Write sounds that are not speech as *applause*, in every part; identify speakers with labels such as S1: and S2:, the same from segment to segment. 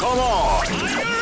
S1: Come on.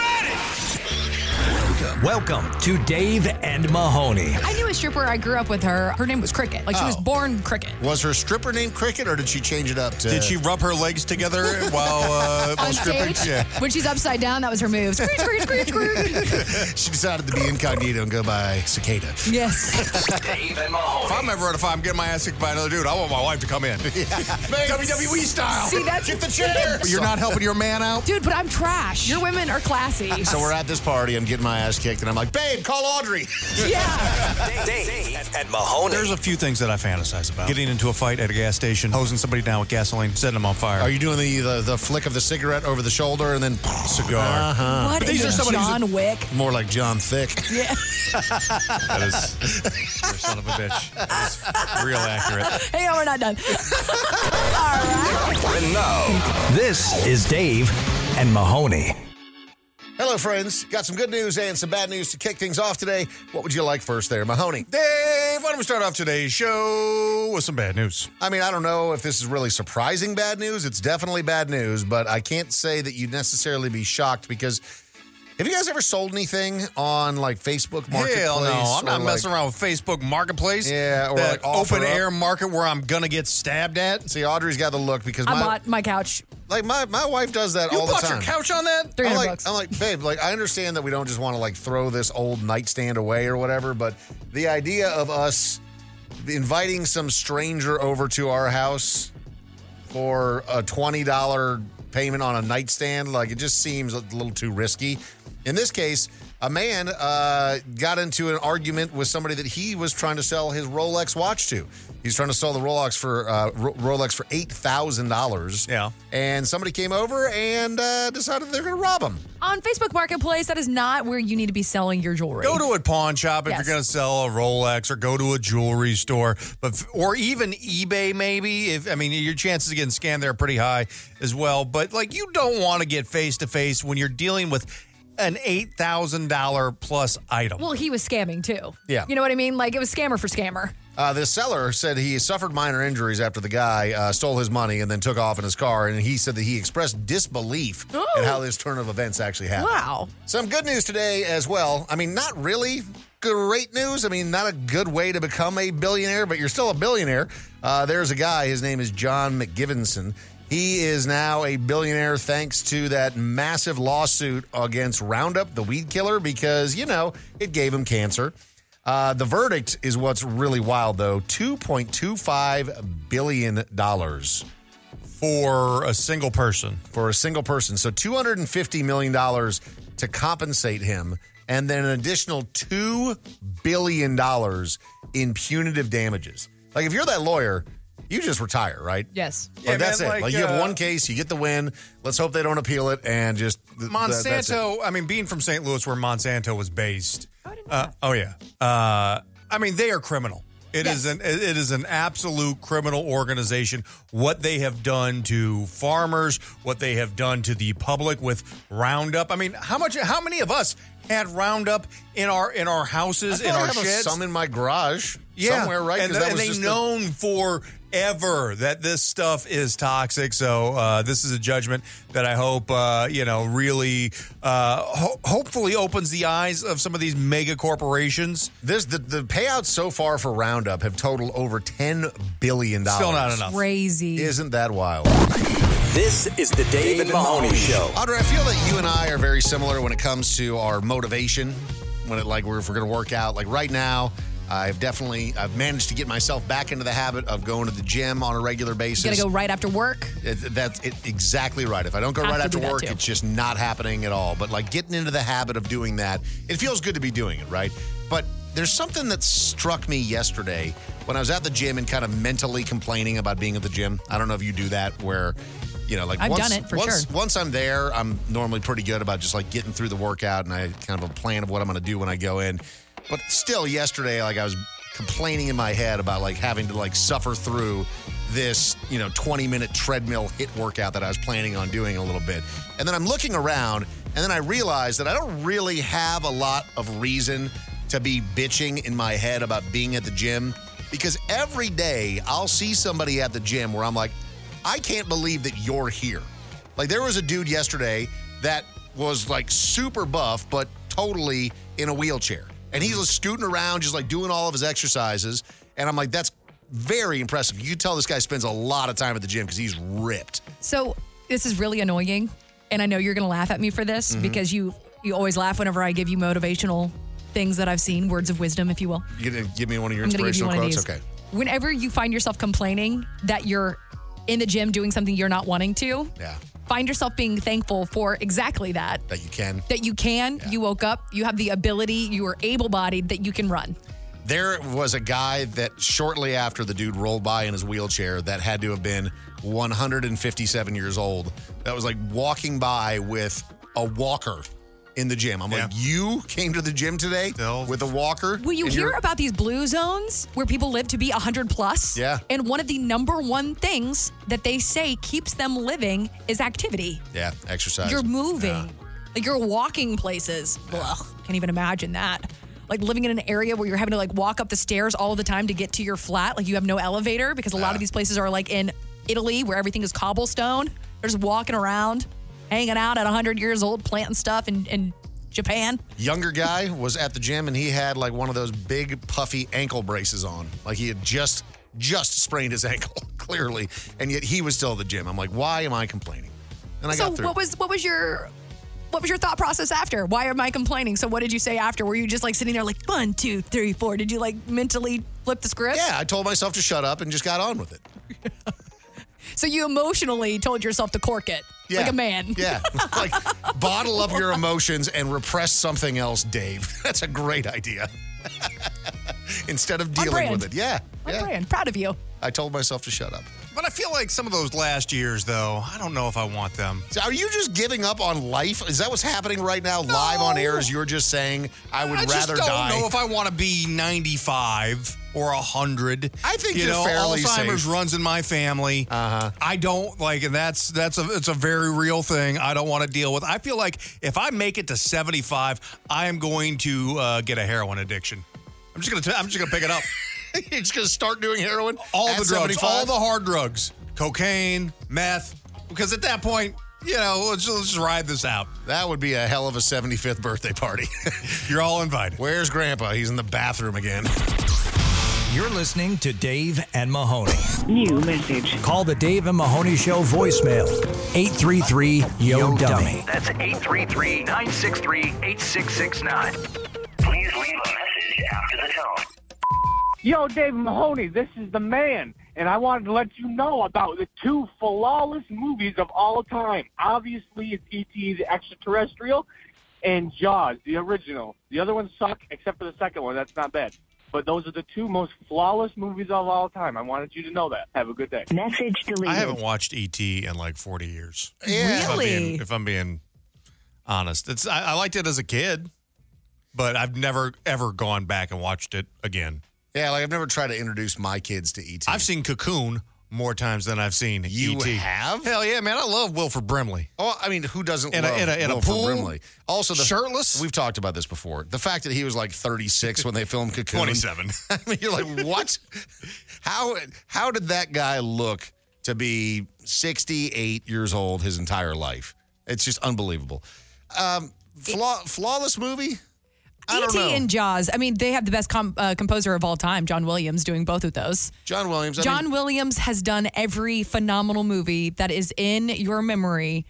S2: Welcome to Dave and Mahoney.
S3: I knew a stripper. I grew up with her. Her name was Cricket. Like she was
S4: Oh.
S3: born Cricket.
S4: Was her stripper named Cricket, or did she change it up to?
S5: Did she rub her legs together while,
S4: *laughs*
S5: uh, while
S3: On
S5: stripping?
S3: stage,
S5: Yeah.
S3: when she's upside down, that was her move. Screech, screech, screech, screech.
S4: She decided to be incognito and go by Cicada.
S3: Yes.
S1: Dave and Mahoney.
S5: If I'm ever at a farm getting my ass kicked by another dude, I want my wife to come in. *laughs* WWE E style.
S3: See, that's-
S5: Get
S3: *laughs*
S5: the chair. You're not helping your man out.
S3: Dude, but I'm trash. Your women are classy.
S4: So we're at this party. I'm getting my ass kicked, and I'm like, "Babe, call Audrey."
S3: *laughs* yeah.
S2: Dave, Dave and Mahoney.
S5: There's a few things that I fantasize about. Getting into a fight at a gas station, hosing somebody down with gasoline, setting them on fire.
S4: Are you doing the, the the flick of the cigarette over the shoulder and then Uh-huh.
S5: cigar?
S4: Uh,
S3: What
S5: these
S3: is
S5: are somebody who's a-
S3: John Wick?
S4: More like John Thick.
S3: Yeah.
S5: *laughs* That is, you're a son of a
S3: *laughs*
S5: bitch. That is real accurate.
S3: Hey, no, we're not done. *laughs*
S1: And now,
S2: This is Dave and Mahoney.
S4: Hello, friends. Got some good news and some bad news to kick things off today. What would you like first, there, Mahoney?
S5: Dave, why don't we start off today's show with some bad news?
S4: I mean, I don't know if this is really surprising bad news. It's definitely bad news, but I can't say that you'd necessarily be shocked because have you guys ever sold anything on like Facebook Marketplace?
S5: Hell no, I'm not
S4: or, like-
S5: messing around with Facebook Marketplace.
S4: Yeah, or
S5: that
S4: like offer
S5: open
S4: up.
S5: air market where I'm gonna get stabbed at.
S4: See, Audrey's got the look because
S3: I
S4: my
S3: bought my couch.
S4: like my, my wife does that
S5: You
S4: all the
S5: bought
S4: time.
S5: your couch on that?
S4: I'm
S3: 300
S4: like,
S3: bucks.
S4: I'm like, babe, like I understand that we don't just want to like throw this old nightstand away or whatever, but the idea of us inviting some stranger over to our house for a twenty dollar payment on a nightstand, like it just seems a little too risky. In this case, a man uh, got into an argument with somebody that he was trying to sell his Rolex watch to. He's trying to sell the Rolex for uh, Ro- Rolex for eight thousand dollars.
S5: Yeah.
S4: And somebody came over and uh, decided they're going to rob him.
S3: On Facebook Marketplace, that is not where you need to be selling your jewelry.
S5: Go to a pawn shop if
S3: Yes.
S5: you're going to sell a Rolex, or go to a jewelry store, but f- or even eBay maybe. If I mean, your chances of getting scammed there are pretty high as well. But like, you don't want to get face to face when you're dealing with an eight thousand dollar plus item.
S3: well, he was scamming too.
S4: Yeah.
S3: You know what I mean? Like it was scammer for scammer.
S4: Uh, the seller said he suffered minor injuries after the guy uh, stole his money and then took off in his car. And he said that he expressed disbelief
S3: Oh.
S4: at how this turn of events actually happened.
S3: Wow.
S4: Some good news today as well. I mean, not really great news. I mean, not a good way to become a billionaire, but you're still a billionaire. Uh, there's a guy, his name is John McGivinson. He is now a billionaire thanks to that massive lawsuit against Roundup, the weed killer, because, you know, it gave him cancer. Uh, the verdict is what's really wild, though $2.25 billion
S5: for a single person.
S4: for a single person. So $250 million to compensate him, and then an additional $2 billion in punitive damages. Like, if you're that lawyer, you just retire, right?
S3: Yes.
S4: Like,
S5: Yeah,
S4: Oh, that's
S5: man,
S4: it.
S5: like,
S4: Like, you have
S5: uh,
S4: one case, you get the win. Let's hope they don't appeal it and just. th- th- that's it.
S5: Monsanto. I mean, being from St. Louis, where Monsanto was based.
S3: I didn't know
S5: Uh, oh yeah. Uh, I mean, they are criminal. It is
S3: Yes.
S5: an it it is an absolute criminal organization. What they have done to farmers, what they have done to the public with Roundup. I mean, how much? How many of us had Roundup in our in our houses,
S4: I
S5: in
S4: probably
S5: our
S4: have a-
S5: sheds?
S4: some in my garage
S5: yeah.
S4: somewhere, right?
S5: And,
S4: 'Cause
S5: th-
S4: that
S5: and
S4: was
S5: they
S4: just the-
S5: known forever that this stuff is toxic. So uh, this is a judgment that I hope uh, you know really, uh, ho- hopefully, opens the eyes of some of these mega corporations.
S4: this the, the payouts so far for Roundup have totaled over ten billion dollars.
S5: Still not enough.
S3: Crazy.
S4: Isn't that wild?
S2: This is the Dave, and Mahoney, Show.
S4: Audrey, I feel that you and I are very similar when it comes to our motivation. When it like we're, if we're going to work out, like right now, I've definitely I've managed to get myself back into the habit of going to the gym on a regular basis.
S3: Gonna go right after work.
S4: It- Uh, that's it, exactly right. If I don't go
S3: Have
S4: right
S3: to
S4: after
S3: do that
S4: work,
S3: too.
S4: it's just not happening at all. But like getting into the habit of doing that, it feels good to be doing it, right? But there's something that struck me yesterday when I was at the gym and kind of mentally complaining about being at the gym. I don't know if you do that where, you know, like
S3: I've
S4: once,
S3: done it, for
S4: once,
S3: sure.
S4: Once I'm there, I'm normally pretty good about just like getting through the workout and I kind of have a plan of what I'm going to do when I go in. But still, yesterday, like I was complaining in my head about like having to like suffer through this, you know, 20 minute treadmill hit workout that I was planning on doing a little bit. And then I'm looking around and then I realized that I don't really have a lot of reason to be bitching in my head about being at the gym because every day I'll see somebody at the gym where I'm like, I can't believe that you're here. Like there was a dude yesterday that was like super buff, but totally in a wheelchair. And he's just scooting around, just like doing all of his exercises. And I'm like, that's very impressive. You can tell this guy spends a lot of time at the gym because he's ripped.
S3: So this is really annoying, and I know you're going to laugh at me for this
S4: Mm-hmm.
S3: because you you always laugh whenever I give you motivational things that I've seen, words of wisdom, if you will.
S4: You gonna give me one of your
S3: I'm going to give you
S4: inspirational
S3: one
S4: quotes?
S3: of these.
S4: Okay.
S3: Whenever you find yourself complaining that you're in the gym doing something you're not wanting to,
S4: Yeah.
S3: find yourself being thankful for exactly that.
S4: That you can.
S3: That you can, you woke up, you have the ability, you are able bodied, that you can run.
S4: There was a guy that shortly after the dude rolled by in his wheelchair that had to have been 157 years old that was like walking by with a walker in the gym. I'm like,
S5: Yeah.
S4: you came to the gym today
S5: Still.
S4: with a walker?
S3: Will you
S4: and
S3: hear
S4: you're-
S3: about these blue zones where people live to be 100 plus?
S4: Yeah.
S3: And one of the number one things that they say keeps them living is activity.
S4: Yeah, exercise.
S3: You're moving, like you're walking places. Ugh, can't even imagine that. Like living in an area where you're having to like walk up the stairs all the time to get to your flat. Like you have no elevator because a lot of these places are like in Italy where everything is cobblestone. They're just walking around, hanging out at 100 years old, planting stuff in, in Japan.
S4: Younger guy was at the gym and he had like one of those big puffy ankle braces on. Like he had just just sprained his *laughs* ankle clearly, and yet he was still at the gym. I'm like, why am I complaining? And I
S3: so
S4: got through.
S3: what was what was your what was your thought process after? Why am I complaining? So what did you say after? Were you just like sitting there like one, two, three, four? Did you like mentally flip the script?
S4: yeah, I told myself to shut up and just got on
S3: *laughs*
S4: with it.
S3: So you emotionally told yourself to cork it.
S4: Yeah.
S3: Like a man. *laughs*
S4: Yeah. like bottle up your emotions and repress something else, Dave. *laughs* That's a great idea. *laughs* Instead of dealing
S3: brand.
S4: with it. Yeah.
S3: My
S4: yeah.
S3: brand. Proud of you.
S4: I told myself to shut up.
S5: But I feel like some of those last years, though, I don't know if I want them.
S4: So are you just giving up on life? Is that what's happening right now live on air? Is you're just saying I would
S5: I
S4: rather
S5: just don't
S4: die?
S5: know if I want to be 95 or 100.
S4: I think
S5: you
S4: you're
S5: know,
S4: fairly
S5: Alzheimer's
S4: safe.
S5: runs in my family. Uh-huh. I don't like, and that's that's a it's a very real thing. I don't want to deal with. I feel like if I make it to 75, I am going to uh, get a heroin addiction. I'm just gonna t- I'm just gonna pick it up.
S4: *laughs* you're just gonna start doing heroin.
S5: all
S4: at
S5: the drugs,
S4: 75?
S5: all the hard drugs, cocaine, meth, because at that point, you know, let's, let's just ride this out.
S4: That would be a hell of a 75th birthday party. *laughs*
S5: You're all invited.
S4: Where's Grandpa? He's in the bathroom again.
S2: You're listening to Dave and Mahoney.
S6: New message.
S2: Call the Dave and Mahoney Show voicemail 833 Yo Dummy.
S1: That's 833 963 8669. Please leave a message after the tone.
S7: Yo, Dave Mahoney, this is the man, and I wanted to let you know about the two flawless movies of all time. Obviously, it's E.T. the Extraterrestrial and Jaws, the original. The other ones suck, except for the second one. That's not bad. But those are the two most flawless movies of all time. I wanted you to know that. Have a good day.
S6: Message deleted.
S5: I haven't watched ET in like 40 years.
S4: Yeah.
S5: If I'm
S3: Really?
S5: being, if I'm being honest, it's I, I liked it as a kid, but I've never ever gone back and watched it again.
S4: Yeah, like I've never tried to introduce my kids to E ET.
S5: I've seen Cocoon more times than I've seen
S4: You
S5: ET.
S4: have?
S5: E Hell yeah, man! I love Wilford Brimley.
S4: Oh, I mean, who doesn't
S5: In a-
S4: love
S5: in a- in a
S4: Wilford
S5: pool?
S4: Brimley? Also, the,
S5: Shirtless?
S4: We've talked about this before. The fact that he was like 36 when they filmed Cocoon.
S5: 27.
S4: *laughs* I mean, you're like, what? how how did that guy look to be 68 years old his entire life? It's just unbelievable. Um, flaw, flawless movie. I don't
S3: E.T.
S4: know.
S3: E and Jaws. I mean, they have the best com- uh, composer of all time, John Williams, doing both of those.
S4: John Williams. I
S3: John
S4: mean,
S3: Williams has done every phenomenal movie that is in your memory,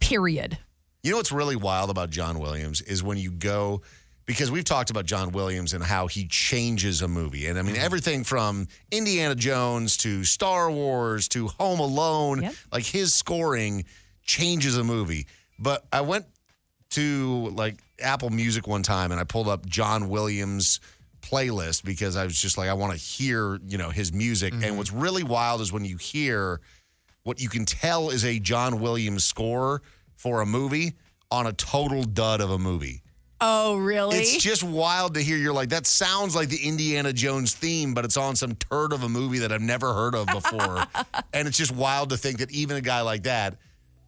S3: period.
S4: You know what's really wild about John Williams is when you go because we've talked about John Williams and how he changes a movie. And I mean everything from Indiana Jones to Star Wars to Home Alone,
S3: Yep.
S4: like his scoring changes a movie. But I went to like Apple Music one time and I pulled up John Williams playlist because I was just like I want to hear, you know, his music.
S5: Mm-hmm.
S4: And what's really wild is when you hear what you can tell is a John Williams score for a movie on a total dud of a movie.
S3: Oh, really?
S4: It's just wild to hear. You're like, that sounds like the Indiana Jones theme, but it's on some turd of a movie that I've never heard of
S5: *laughs*
S4: before. and it's just wild to think that even a guy like that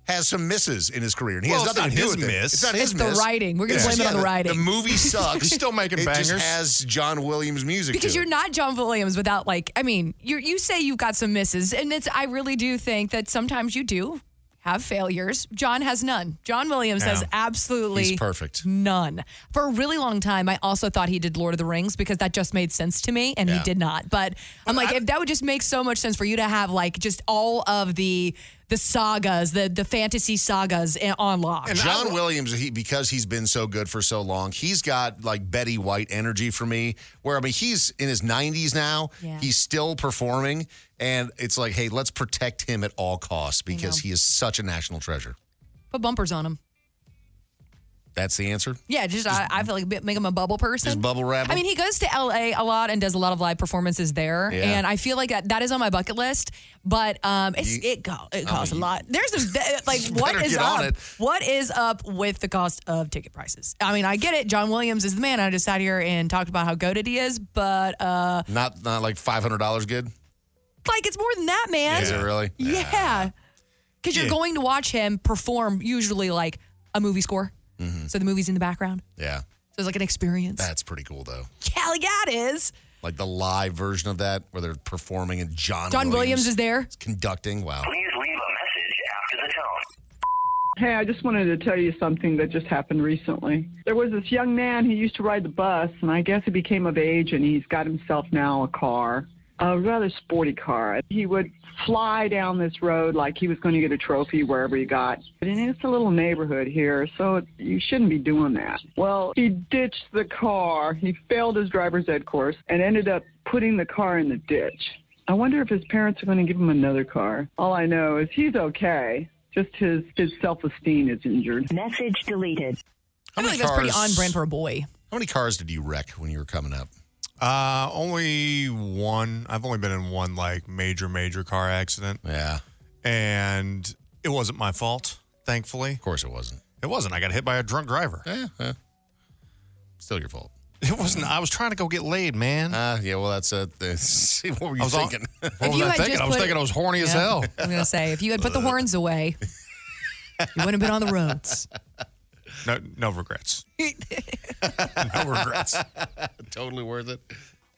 S4: has some misses in his career. And he
S5: Well,
S4: has
S5: it's
S4: nothing
S5: not
S4: to do
S5: his
S4: with it.
S5: miss.
S4: It's not his
S3: It's the
S4: miss.
S3: writing. We're gonna
S4: It's
S3: blame
S4: just-
S3: it on the writing.
S4: The
S3: *laughs*
S4: movie sucks.
S5: He's still making
S4: it
S5: bangers.
S4: just has John Williams music.
S3: because
S4: to
S3: you're
S4: it.
S3: not John Williams without like I mean you you say you've got some misses and it's I really do think that sometimes you do have failures. John has none. John Williams has
S5: Yeah.
S3: absolutely
S4: He's perfect.
S3: None. For a really long time, I also thought he did Lord of the Rings because that just made sense to me, and
S4: Yeah.
S3: he did not. But I'm like, if that would just make so much sense for you to have like just all of the the sagas, the the fantasy sagas in- on lock.
S4: John Williams, he because he's been so good for so long, he's got like Betty White energy for me. Where I mean, he's in his 90s now,
S3: Yeah.
S4: he's still performing, and it's like, hey, let's protect him at all costs because he is such a national treasure.
S3: Put bumpers on him.
S4: That's the answer.
S3: Yeah, just, I, I feel like bi- make him a bubble person.
S4: Just bubble wrap him?
S3: I mean, he goes to LA a lot and does a lot of live performances there,
S4: Yeah.
S3: and I feel like that, that is on my bucket list. But um, it's,
S4: You-
S3: it go, it costs a lot. There's a
S4: *laughs*
S3: th- like
S4: You
S3: what
S4: better
S3: is
S4: get on
S3: up?
S4: it.
S3: What is up with the cost of ticket prices? I mean, I get it. John Williams is the man. I just sat here and talked about how goaded he is, but uh,
S4: Not not like five hundred dollars good.
S3: like it's more than that, man.
S4: Is it really?
S3: Yeah. Because you're
S5: Yeah.
S3: going to watch him perform usually like a movie score. So the movie's in the background.
S4: Yeah.
S3: So it's like an experience.
S4: Mm-hmm. That's pretty cool though.
S3: Hell yeah, it is.
S4: Like the live version of that where they're performing and John
S3: John Williams, is there.
S4: conducting. Wow.
S1: Please leave a message after the tone.
S6: Hey, I just wanted to tell you something that just happened recently. There was this young man who used to ride the bus, and I guess he became of age, and he's got himself now a car, a rather sporty car. He would fly down this road like he was going to get a trophy wherever he got. But it's a little neighborhood here, so it, you shouldn't be doing that. Well, he ditched the car. He failed his driver's ed course and ended up putting the car in the ditch. I wonder if his parents are going to give him another car. All I know is he's okay. Just his his self esteem is injured.
S8: Message deleted.
S3: I feel
S4: many
S3: like that's pretty
S4: cars-
S3: on brand for a boy.
S4: How many cars did you wreck when you were coming *laughs* up?
S5: Uh, only one. I've only been in one like major, major car accident,
S4: Yeah.
S5: and it wasn't my fault. Thankfully,
S4: Of course it wasn't.
S5: it wasn't. I got hit by a drunk driver.
S4: Eh, eh. Still your fault.
S5: It wasn't. I was trying to go get laid, man.
S4: Uh, *laughs* yeah, well, that's a. That's, what were you
S5: I was all-
S4: thinking?
S5: What was
S3: you
S5: I
S3: had
S5: thinking?
S3: just
S5: I was
S3: put-
S5: thinking I was horny as
S3: *laughs* Yeah.
S5: hell.
S3: I'm gonna say if you had put
S5: *laughs*
S3: the horns away, you wouldn't have been on the roads.
S5: No, no regrets. no regrets.
S4: *laughs* totally worth it.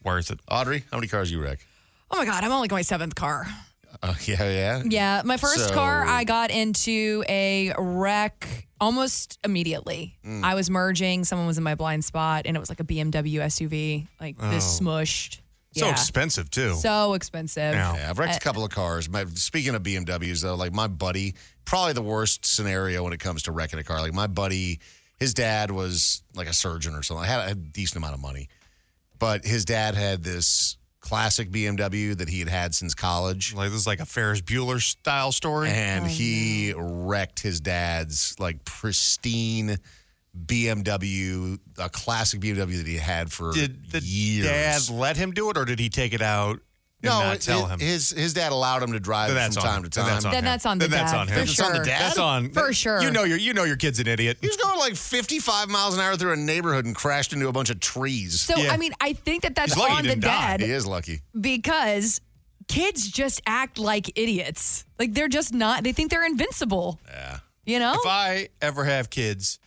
S5: Worth it.
S4: Audrey, how many cars you wreck?
S3: *laughs* Oh my god, I'm on like my seventh car.
S4: Uh, yeah, yeah.
S3: Yeah, my first
S4: So-
S3: car I got into a wreck almost immediately.
S5: Mm.
S3: I was merging, someone was in my blind spot, and it was like a BMW SUV, like this smushed.
S5: Oh. So
S3: yeah.
S5: expensive too.
S3: So expensive. Uh,
S5: Yeah.
S4: Yeah, I've wrecked a couple of cars. My, speaking of BMWs, though, like my buddy, probably the worst scenario when it comes to wrecking a car. Like my buddy, his dad was like a surgeon or something. I had a decent amount of money, but his dad had this classic BMW that he had had since college.
S5: like this is like a Ferris Bueller style story.
S4: and he wrecked his dad's like pristine BMW, a classic BMW that he had for
S5: did the
S4: years.
S5: dad let him do it, or did he take it out and
S4: no,
S5: not
S4: it-
S5: tell
S4: it-
S5: him?
S4: his his dad allowed him to drive
S5: Then
S4: it from
S5: on
S4: time
S5: him.
S4: to
S5: Then
S4: time.
S5: that's on
S3: Then
S5: him.
S3: that's on the
S5: Then that's
S3: dad,
S5: on
S3: for
S5: him.
S3: It's on the sure. dad?
S5: That's on
S3: For sure.
S5: You know your you know your kid's an idiot.
S4: He was going like 55 miles an hour through a neighborhood and crashed into a bunch of trees.
S3: So
S5: Yeah.
S3: I mean, I think that that's
S5: He's lucky he
S3: on the
S5: didn't die.
S3: dad
S4: he is lucky.
S3: because kids just act like idiots. Like they're just not. They think they're invincible. Yeah. You know.
S5: If I ever have kids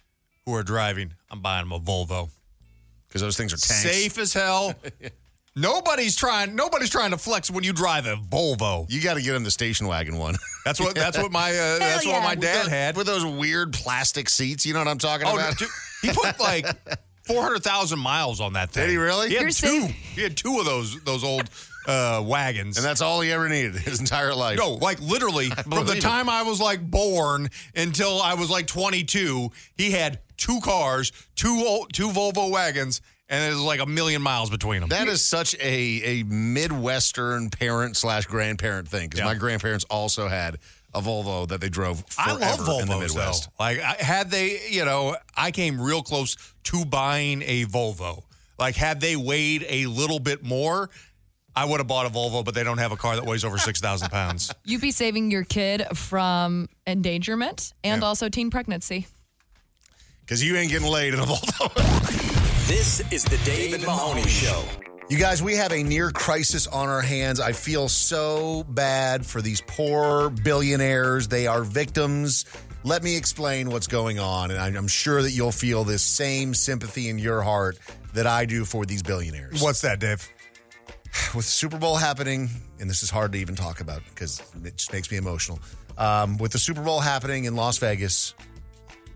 S5: who are driving, I'm buying them a Volvo.
S4: Because those things are tanks.
S5: Safe
S4: *laughs*
S5: as hell. nobody's trying. Nobody's trying to flex when you drive a Volvo.
S4: You got to get him the station wagon one.
S5: That's what. That's
S3: *laughs*
S5: what my. Uh, that's
S3: yeah.
S5: what my dad had.
S4: With those weird plastic seats. You know what I'm talking
S5: Oh,
S4: about?
S5: dude, he put like four hundred thousand miles on that thing.
S4: Did he really?
S5: He had
S3: You're
S5: two.
S3: saying-
S5: He had two of those those old uh, wagons.
S4: and that's *laughs* all he ever needed his entire life.
S5: no, like
S4: *laughs*
S5: literally from the
S4: believe it.
S5: time I was like born until I was like 22, he had two cars, two old, two Volvo wagons, and it was like a million miles between them.
S4: That is such a a midwestern parent slash grandparent thing because
S5: Yeah.
S4: my grandparents also had a Volvo that they drove.
S5: I
S4: Forever
S5: love
S4: in the
S5: Volvos
S4: Midwest.
S5: though. Like I, had they, you know, I came real close to buying a Volvo. Like had they weighed a little bit more, I would have bought a Volvo. But they don't have a car that weighs over six thousand pounds.
S3: You'd be saving your kid from endangerment and also teen pregnancy.
S4: Because you ain't getting laid in a *laughs* Volvo.
S2: This is the Dave and Mahoney Show.
S4: you guys, we have a near crisis on our hands. I feel so bad for these poor billionaires. They are victims. Let me explain what's going on, and I'm I'm sure that you'll feel this same sympathy in your heart that I do for these billionaires.
S5: What's
S4: *sighs*
S5: that, Dave?
S4: with Super Bowl happening, and this is hard to even talk about because it just makes me emotional. Um, with the Super Bowl happening in Las Vegas,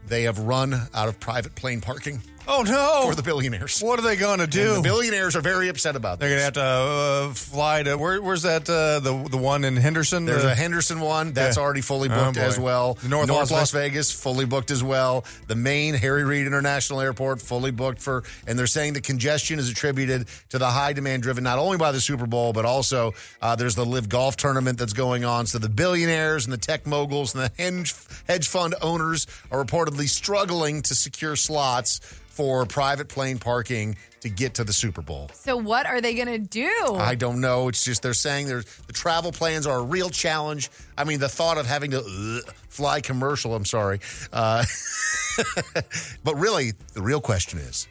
S4: they have run out of private plane parking
S5: Oh no!
S4: for the billionaires.
S5: what are they going to
S4: And
S5: do?
S4: the billionaires are very upset about
S5: They're going to
S4: this.
S5: have to uh, fly to where, where's that uh, the the one in Henderson?
S4: There's
S5: The-
S4: a Henderson one that's
S5: Yeah.
S4: already fully
S5: Oh,
S4: booked
S5: boy.
S4: as well.
S5: The North Las
S4: Las Vegas fully booked as well. The main Harry Reid International Airport fully booked for, and they're saying the congestion is attributed to the high demand driven not only by the Super Bowl but also uh, there's the Live Golf tournament that's going on. So the billionaires and the tech moguls and the hedge, hedge fund owners are reportedly struggling to secure slots for private plane parking to get to the Super Bowl.
S8: So what are they gonna do?
S4: I don't know. It's just they're saying there's the travel plans are a real challenge. I mean, the thought of having to uh, fly commercial. I'm sorry, uh, *laughs* but really, the real question is,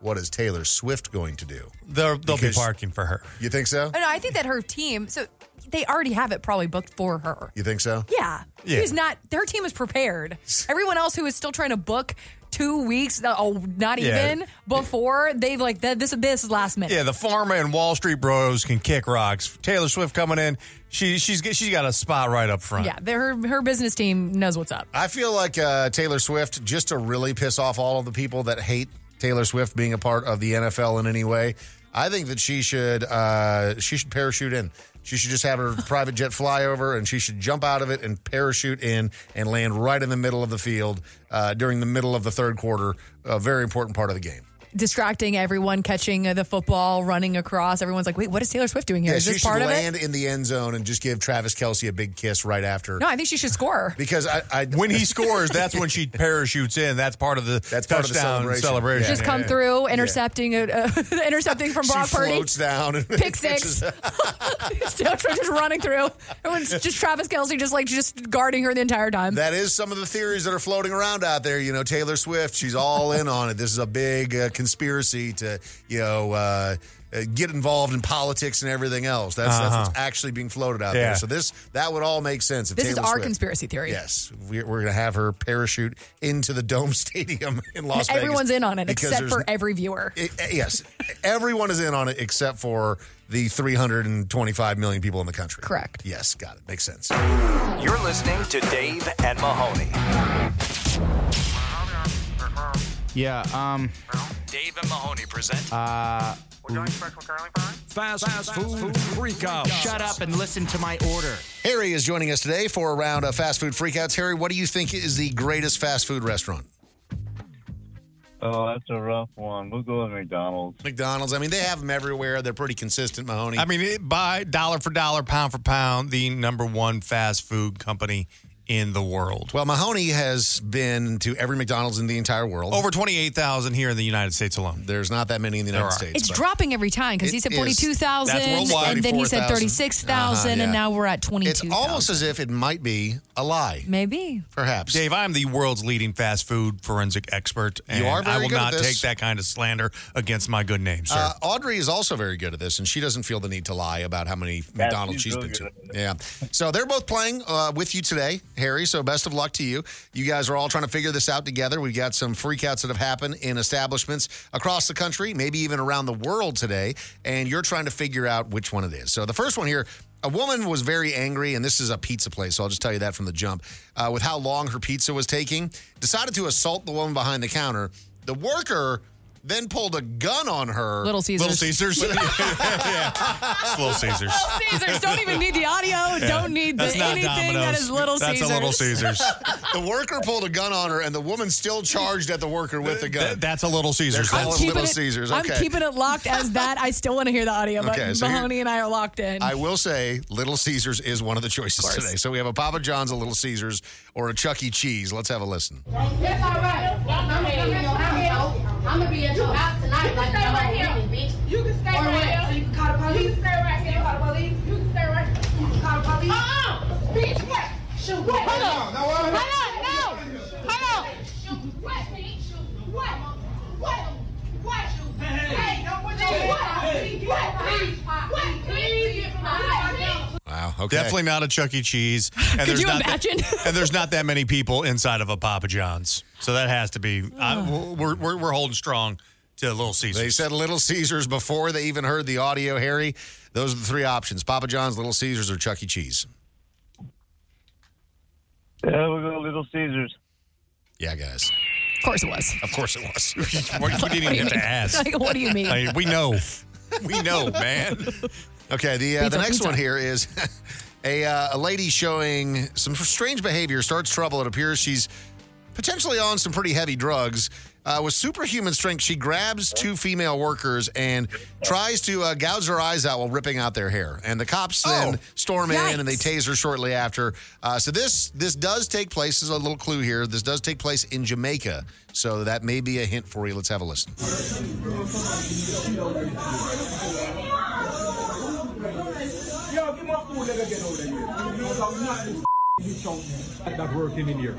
S4: what is Taylor Swift going to do?
S5: there- they'll be
S4: Because-
S5: parking for her.
S4: You think so?
S8: Oh, no, I think that her team. So they already have it probably booked for her.
S4: You think so?
S8: Yeah,
S5: Yeah.
S8: she's not. Her team is prepared. Everyone else who is still trying to book two weeks, oh, not
S5: Yeah.
S8: even before they've like that. This this is last minute.
S5: Yeah, the pharma and Wall Street bros can kick rocks. Taylor Swift coming in, she she's she got a spot right up front.
S8: Yeah, they're- her her business team knows what's up.
S4: I feel like uh, Taylor Swift, just to really piss off all of the people that hate Taylor Swift being a part of the NFL in any way, I think that she should uh, she should parachute in. She should just
S8: *laughs*
S4: have her private jet fly over, and she should jump out of it and parachute in and land right in the middle of the field uh, during the middle of the third quarter, a very important part of the game.
S8: Distracting everyone, catching uh, the football, running across. Everyone's like, "Wait, what is Taylor Swift doing here?
S4: Yeah,
S8: Is
S4: she
S8: this
S4: should
S8: part of it?"
S4: land in the end zone and just give Travis Kelsey a big kiss right after.
S8: No, I think she should score.
S4: Because I, I
S5: When he scores, that's when she parachutes in. That's part of the
S4: That's part of the
S5: touchdown
S4: celebration.
S5: celebration.
S8: Just come through, intercepting, a, uh, *laughs* intercepting from
S4: she
S8: Brock Purdy.
S4: floats down, and *laughs*
S8: pick six. *laughs* Taylor Swift just running through. Everyone's just Travis Kelsey just like just guarding her the entire time.
S4: That is some of the theories that are floating around out there. You know, Taylor Swift, she's all in on it. This is a big uh, conspiracy to, you know, uh, uh, get involved in politics and everything else. That's, that's what's actually being floated out
S5: Yeah.
S4: there. So this that would all make sense. If
S8: this is
S4: Taylor
S8: our
S4: Swift-
S8: conspiracy theory.
S4: Yes, we're, we're going to have her parachute into the Dome *laughs* Stadium in Las Vegas.
S8: Everyone's in on it
S4: because
S8: except
S4: there's
S8: for every viewer.
S4: I- I- Eh, yes, everyone is in on it except for the 325 million people in the country.
S8: Correct.
S4: Yes, got it. Makes sense.
S1: You're listening to Dave and Mahoney.
S9: Yeah, um,
S1: Dave and Mahoney present
S10: uh,
S2: Fast, food, freakout.
S9: shut up and listen to my order.
S4: Harry is joining us today for a round of fast food freakouts. Harry, what do you think is the greatest fast food restaurant?
S10: Oh, that's a rough one. We'll go with McDonald's.
S4: McDonald's. I mean, they have them everywhere. They're pretty consistent, Mahoney.
S5: I mean, it, by dollar for dollar, pound for pound, the number one fast food company in the world.
S4: well, Mahoney has been to every McDonald's in the entire world.
S5: Over twenty eight thousand here in the United States alone.
S4: There's not that many in the United
S5: are.
S4: States.
S8: It's
S4: but-
S8: dropping every time because he
S4: It
S8: said
S4: is.
S8: forty-two thousand,
S5: That's worldwide.
S8: and then he said
S4: 44,000.
S8: thirty-six thousand,
S4: Uh-huh, yeah.
S8: and now we're at twenty-two.
S4: It's almost as if it might be a lie, *laughs*
S8: maybe.
S4: perhaps.
S5: Dave, I'm the world's leading fast food forensic expert, and
S4: You are very
S5: I will
S4: good at
S5: not
S4: this.
S5: take that kind of slander against my good name, sir.
S4: Uh, Audrey is also very good at this, and she doesn't feel the need to lie about how many McDonald's
S10: she's
S4: she's
S10: really
S4: been to.
S10: good at
S4: Yeah. So they're both playing uh, with you today, Harry. So best of luck to you. You guys are all trying to figure this out together. We've got some freakouts that have happened in establishments across the country, maybe even around the world today, and you're trying to figure out which one it is. So the first one here. A woman was very angry, and this is a pizza place, so I'll just tell you that from the jump, uh, with how long her pizza was taking, decided to assault the woman behind the counter. The worker then pulled a gun on her.
S8: Little Caesars.
S4: *laughs*
S5: Little Caesars. *laughs* yeah.
S8: *laughs*
S5: It's Little Caesars.
S8: Caesars don't even need the audio. Don't need the,
S5: That's not
S8: anything
S5: Domino's.
S8: that is Little
S5: That's
S8: Caesars.
S5: a Little Caesars.
S8: *laughs*
S4: The worker pulled a gun on her, and the woman still charged at the worker with the
S5: Th-
S4: gun.
S5: that's a Little Caesars.
S4: They're
S5: That's-
S4: calling- Little Caesars, okay.
S8: I'm keeping it locked as that. I still want to hear the audio, but
S4: Okay, so here-
S8: Mahoney and I are locked in.
S4: I will say, Little Caesars is one of the choices today. So we have a Papa John's, a Little Caesars, or a Chuck E. Cheese. Let's have a listen.
S11: That's all right. I'm gonna come in your house. I'm gonna be at your house tonight. Like stay right here, bitch. You can stay right here. So you can call the police. You can stay right here. Call the police. You can stay right. You can call the police. Uh-uh. Bitch, what? Shoot what? Hold on. No, hold on. No. Hold on. Shoot what, bitch? Shoot what? What? What? Shoot. Hey, don't put your hands on. What? Please, what? Please, what?
S4: Wow. oh, Okay.
S5: Definitely not a Chuck
S10: *laughs*
S5: E. Cheese. And
S8: Could
S5: there's
S8: you
S5: not that-
S8: imagine?
S5: *laughs* and there's not that many people inside of a Papa John's, so that has to be.
S10: Oh.
S5: I, we're, we're we're holding strong to Little Caesars.
S4: They said Little Caesars before they even heard the audio, Harry. Those are the three options Papa John's, Little Caesars, or Chuck E. Cheese.
S10: Yeah, we'll go Little Caesars.
S5: Yeah, guys.
S3: Of course it was.
S5: Of course it was. *laughs* we didn't even
S3: What do you *laughs*
S5: have to
S3: mean?
S5: ask.
S3: Like, what do you mean?
S5: I mean, we know. We
S3: *laughs*
S5: know, man.
S4: Okay, the uh,
S3: Pizza,
S4: the next
S3: pizza.
S4: one here is *laughs* a uh, a lady showing some strange behavior starts trouble. It appears she's potentially on some pretty heavy drugs. Uh, with superhuman strength, she grabs two female workers and tries to uh, gouge their eyes out while ripping out their hair. And the cops then
S5: Oh.
S4: storm in and they
S3: Yikes.
S4: tase her shortly after. Uh, so this this does take place. This is a little clue here. This does take place in Jamaica. So that may be a hint for you. Let's have a listen.
S12: Yo, give my food, let her get over here. You don't know nothing. You choking. Get that working in here.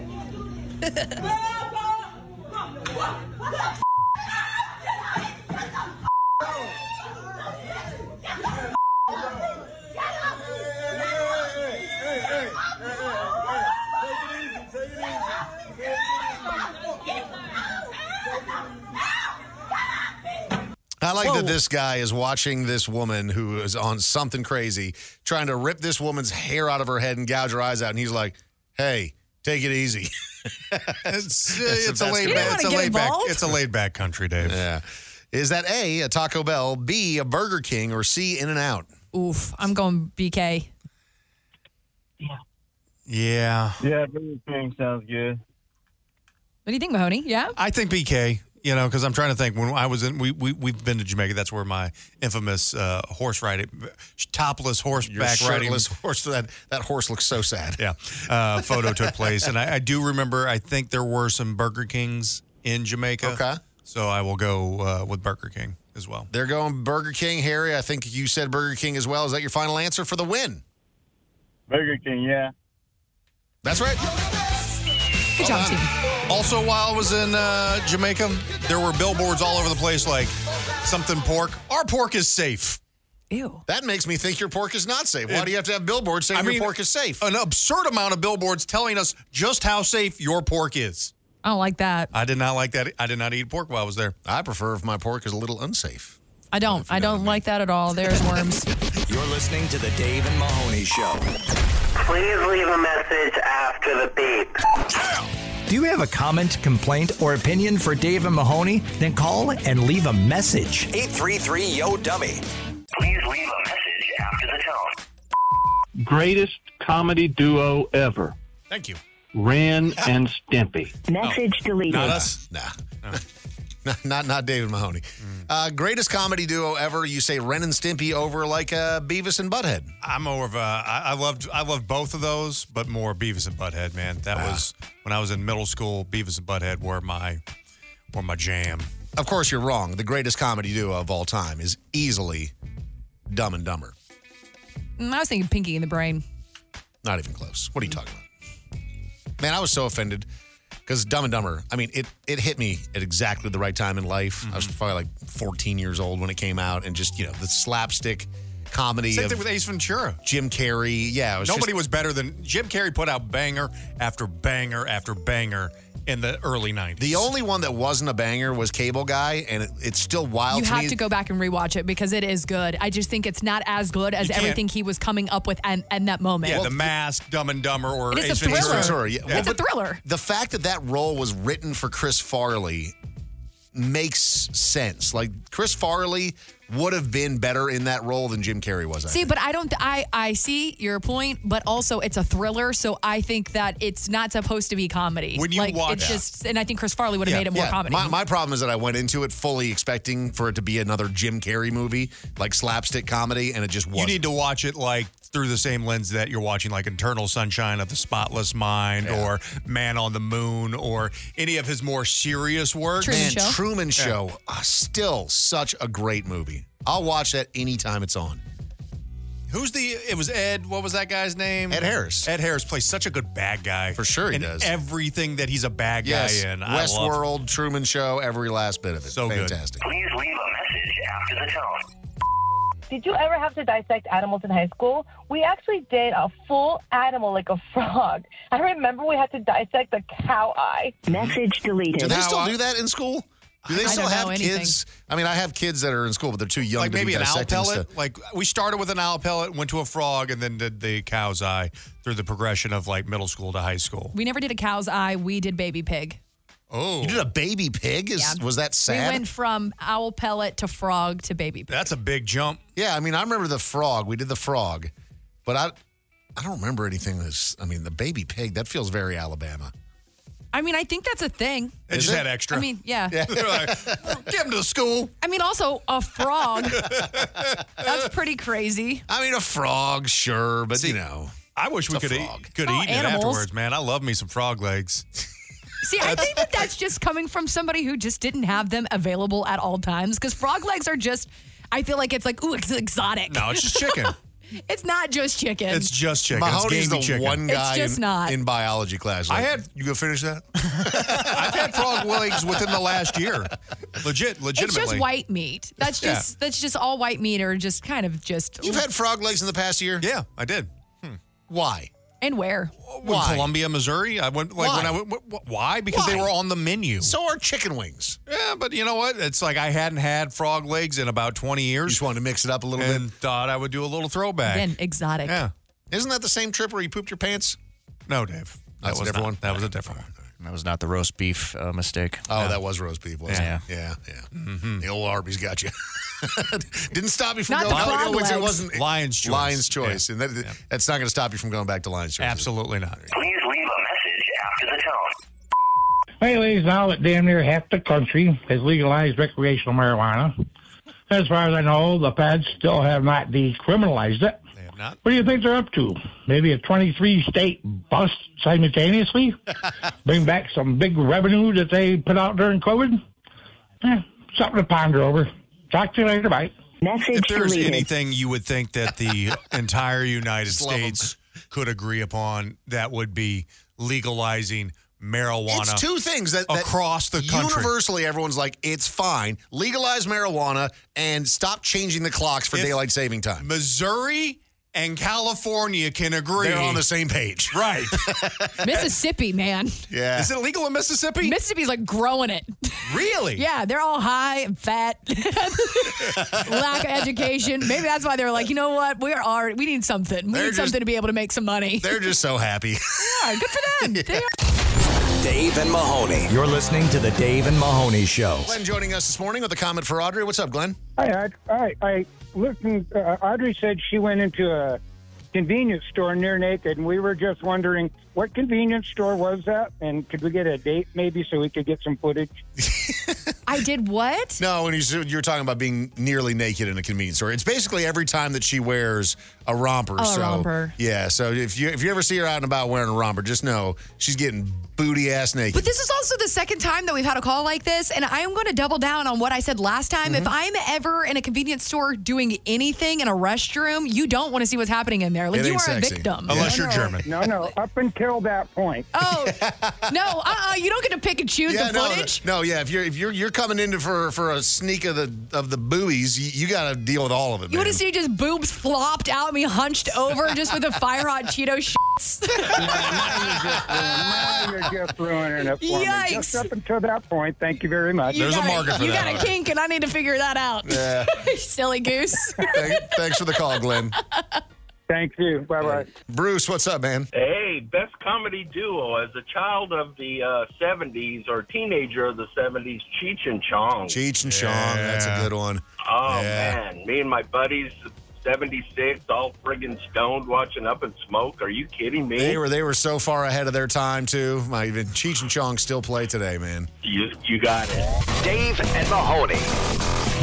S4: I like that this guy is watching this woman who is on something crazy, trying to rip this woman's hair out of her head and gouge her eyes out, and he's like, "Hey, take it easy." *laughs*
S5: It's, uh,
S4: That's-
S5: it's a
S4: that's
S5: laid
S4: good.
S5: back.
S4: You
S5: It's
S4: don't
S5: a
S4: wanna
S5: laid
S4: get
S5: back.
S4: involved.
S5: It's a laid back country, Dave.
S4: yeah. Is that A, a Taco Bell, B, a Burger King, or C, In and Out?
S3: Oof. I'm going BK.
S5: Yeah.
S10: Yeah, Burger King sounds good.
S3: What do you think, Mahoney? Yeah?
S5: I think BK. You know, because I'm trying to think. When I was in, we we we've been to Jamaica. That's where my infamous uh, horse riding, topless
S4: Your
S5: horseback riding,
S4: shirtless horse. That that horse looks so sad.
S5: yeah, uh, photo took place. And I, I do remember. I think there were some Burger Kings in Jamaica.
S4: Okay.
S5: So I will go uh, with Burger King as well.
S4: They're going Burger King, Harry. I think you said Burger King as well. Is that your final answer for the win?
S10: Burger King, yeah.
S4: That's right.
S3: Good job, team.
S5: Also, while I was in uh, Jamaica, there were billboards all over the place like something pork. Our pork is safe.
S3: Ew.
S4: That makes me think your pork is not safe. Why do you have to have billboards saying
S5: I mean,
S4: your pork is safe?
S5: An absurd amount of billboards telling us just how safe your pork is.
S3: I don't like that.
S5: I did not like that. I did not eat pork while I was there.
S4: I prefer if my pork is a little unsafe.
S3: I don't. I don't like that at all. There's worms.
S2: You're listening to the Dave and Mahoney Show.
S1: Please leave a message after the beep.
S2: Do you have a comment, complaint, or opinion for Dave and Mahoney? Then call and leave a message. 833 Yo Dummy.
S1: Please leave a message after the tone.
S13: Greatest comedy duo ever.
S5: Thank you.
S13: Ren and Stimpy.
S14: Message deleted.
S5: Not us.
S4: Nah. *laughs* not, not not David Mahoney. Uh, greatest comedy duo ever. You say Ren and Stimpy over like uh, Beavis and Butthead.
S5: I'm more of a. I, I loved. I loved both of those, but more Beavis and Butthead. Man, that was when I was in middle school. Beavis and Butthead were my were my jam.
S4: Of course, you're wrong. The greatest comedy duo of all time is easily Dumb and Dumber.
S3: Mm, I was thinking Pinky in the Brain.
S4: Not even close. What are you talking about? Man, I was so offended because Dumb and Dumber. I mean, it it hit me at exactly the right time in life. I was
S5: Mm-hmm.
S4: probably like 14 years old when it came out, and just you know the slapstick comedy
S5: Same
S4: of
S5: thing with Ace Ventura.
S4: Jim Carrey. Yeah, it was
S5: Nobody
S4: just-
S5: was better than Jim Carrey. Put out banger after banger after banger in the early '90s.
S4: The only one that wasn't a banger was Cable Guy, and it, it's still wild
S3: You
S4: to
S3: have
S4: me.
S3: to go back and rewatch it because it is good. I just think it's not as good as
S5: You can't-
S3: everything he was coming up with and, and that moment.
S5: yeah, The Mask, Dumb and Dumber, or
S3: Oh, It is a
S5: Ace
S3: thriller.
S5: Ventura.
S4: Ventura, yeah. Well,
S3: it's a
S4: but
S3: thriller.
S4: The fact that that role was written for Chris Farley makes sense. Like Chris Farley would have been better in that role than Jim Carrey was. I
S3: See,
S4: think.
S3: but I don't. I I see your point, but also it's a thriller, so I think that it's not supposed to be comedy.
S5: When you
S3: like,
S5: watch-
S3: it's just, and I think Chris Farley would have made it more
S4: Yeah.
S3: comedy.
S4: My, my problem is that I went into it fully expecting for it to be another Jim Carrey movie, like slapstick comedy, and it just
S5: You
S4: wasn't.
S5: need to watch it like through the same lens that you're watching like Internal Sunshine of the Spotless Mind or Man on the Moon or any of his more serious works.
S3: Truman
S4: Man,
S3: Show?
S4: Truman Show, ah, still such a great movie. I'll watch that anytime it's on.
S5: Who's the? It was Ed. What was that guy's name?
S4: Ed Harris.
S5: Ed Harris plays such a good bad guy.
S4: For sure he
S5: in
S4: does.
S5: Everything that he's a bad
S4: Yes,
S5: guy in. I love it.
S4: Westworld, Truman Show, every last bit of it.
S5: So good.
S4: fantastic.
S1: Please leave a message after the tone.
S14: Did you ever have to dissect animals in high school? We actually did a full animal, like a *laughs* frog. I remember we had to dissect a cow eye. Message
S4: Do
S14: deleted.
S4: they still do that in school? Do they
S3: I
S4: still
S3: don't
S4: have
S3: know
S4: kids?
S3: anything.
S4: I mean, I have kids that are in school, but they're too young
S5: Like
S4: to
S5: maybe
S4: be
S5: an owl
S4: dissecting
S5: pellet.
S4: stuff.
S5: Like we started with an owl pellet, went to a frog, and then did the cow's eye through the progression of like middle school to high school.
S3: We never did a cow's eye. We did baby pig.
S5: Oh,
S4: you did a baby pig? Is
S3: Yeah.
S4: was that sad?
S3: We went from owl pellet to frog to baby pig.
S5: That's a big jump.
S4: Yeah, I mean, I remember the frog. We did the frog, but I, I don't remember anything. That's, I mean, the baby pig. That feels very Alabama.
S3: I mean, I think that's a thing.
S5: They just had extra.
S3: I mean, yeah.
S5: *laughs* They're like, get him to the school.
S3: I mean, also a frog.
S4: *laughs*
S3: that's pretty crazy.
S4: I mean, a frog, sure, but you know,
S5: I wish we
S4: It's a
S5: could eat,
S4: frog.
S5: could
S3: Oh,
S5: eat it
S3: animals.
S5: afterwards, man. I love me some frog legs.
S3: See, I think that that's just coming from somebody who just didn't have them available at all times because frog legs are just. I feel like it's like ooh, it's exotic.
S5: No, it's just chicken.
S3: *laughs* It's not just chicken.
S5: it's just chicken. it's
S4: Mahoney's
S5: gamey
S4: the
S5: chicken.
S4: one
S3: It's
S4: guy
S3: just
S4: in,
S3: not.
S4: in biology class.
S5: I
S4: like,
S5: had-
S4: you go finish that.
S5: I've
S4: *laughs*
S5: had frog legs within the last year. Legit, legitimately.
S3: It's just white meat. That's
S5: Yeah.
S3: just that's just all white meat or just kind of just
S4: You've had frog legs in the past year.
S5: Yeah, I did.
S4: Why?
S3: and where.
S5: When
S4: Why?
S5: Columbia, Missouri, I went like
S4: Why?
S5: when I went. wh- wh- Why? Because they
S4: Why?
S5: were on the menu.
S4: So are chicken wings.
S5: yeah, but you know what? It's like I hadn't had frog legs in about twenty
S4: You
S5: years,
S4: just wanted to mix it up a little
S5: and thought I would do a little throwback.
S3: Then exotic.
S5: yeah,
S4: bit. Isn't that the same trip where you pooped your pants?
S5: no, Dave, that
S4: That's a
S5: was
S4: different
S5: not-
S4: one?
S5: That was a different one.
S15: That was not the roast beef uh, mistake.
S4: Oh, that was roast beef, wasn't
S15: Yeah.
S4: it? Yeah, yeah.
S5: Mm-hmm.
S4: The old Arby's got you. *laughs* Didn't stop you from
S3: Not the
S4: going I don't
S3: frog
S4: know which
S3: legs.
S4: It wasn't
S5: Lion's choice.
S4: Lion's choice, and that,
S5: Yeah.
S4: that's not going to stop you from going back to Lion's choice.
S5: Absolutely not.
S1: Please leave a message after the tone.
S16: Anyways, now that damn near half the country has legalized recreational marijuana, as far as I know, the feds still have not decriminalized it.
S5: They have not.
S16: What do you think they're up to? Maybe a 23 state bust
S5: *laughs*
S16: simultaneously? Bring back some big revenue that they put out during COVID? Eh, something to ponder over. Talk to you later. Bye.
S5: If there's anything you would think
S4: *laughs*
S5: that the entire United
S4: love 'em.
S5: States could agree upon, that would be legalizing marijuana.
S4: It's two things that, that
S5: across the country.
S4: Universally, everyone's like, it's fine. Legalize marijuana and stop changing the clocks for
S5: If-
S4: daylight saving time.
S5: Missouri and California can agree.
S4: They're on the same page.
S5: right. *laughs*
S3: Mississippi, man.
S4: Yeah.
S5: Is it legal in Mississippi?
S3: Mississippi's like growing it.
S5: really?
S3: *laughs* Yeah, they're all high and fat, *laughs* lack of education. Maybe that's why they're like, you know what? We're already, we need something. We
S4: They're
S3: need
S4: just-
S3: something to be able to make some money.
S4: They're just so happy.
S3: *laughs* Yeah, good for
S4: *laughs*
S3: them. They
S2: *laughs* Dave and Mahoney. You're listening to the Dave and Mahoney Show.
S4: Glenn joining us this morning with a comment for Audrey. What's up, Glenn?
S17: Hi, I, I, I listened. Uh, Audrey said she went into a convenience store near naked, and we were just wondering what convenience store was that, and could we get a date maybe so we could get some footage?
S3: *laughs* I did what?
S4: No, when you s- you were talking about being nearly naked in a convenience store, it's basically every time that she wears a romper.
S3: Oh, a
S4: so
S3: romper.
S4: yeah, so if you if you ever see her out and about wearing a romper, just know she's getting booty ass naked.
S3: But this is also the second time that we've had a call like this, and I am going to double down on what I said last time.
S4: Mm-hmm.
S3: If I'm ever in a convenience store doing anything in a restroom, you don't want to see what's happening in there. Like
S4: It
S3: you are
S4: ain't
S3: a
S4: sexy.
S3: victim.
S4: *laughs*
S5: Unless you're German.
S17: No, no, up until that
S3: *laughs*
S17: point.
S3: Oh no, uh, uh you don't get to pick and choose the
S4: no,
S3: footage.
S4: No, yeah. If you're if you're you're coming in for for a sneak of the of the boobies, you, you got to deal with all of it.
S3: You
S4: man.
S3: want to see just boobs flopped out, me hunched over, just with a fire hot Cheeto *laughs* shits.
S17: Now you're just ruining it for me. Just
S3: Yikes.
S17: up until that point. Thank you very much.
S3: You
S5: There's a
S3: got
S5: market for
S3: You
S5: that.
S3: got a kink, and I need to figure that out. *laughs* Silly goose.
S4: Thank- thanks for the call, Glenn.
S17: Thank you. Bye bye.
S4: Bruce, what's up, man?
S18: Hey, best comedy duo as a child of the uh, 70s or teenager of the 70s, Cheech and Chong.
S4: Cheech and Chong, that's a
S5: Yeah.
S4: good one.
S18: Oh,
S4: Yeah.
S18: man. Me and my buddies, 76, all friggin' stoned watching Up in Smoke. Are you kidding me?
S4: They were they were so far ahead of their time too. My even Cheech and Chong still play today, man.
S18: You, you got it.
S1: Dave and Mahoney.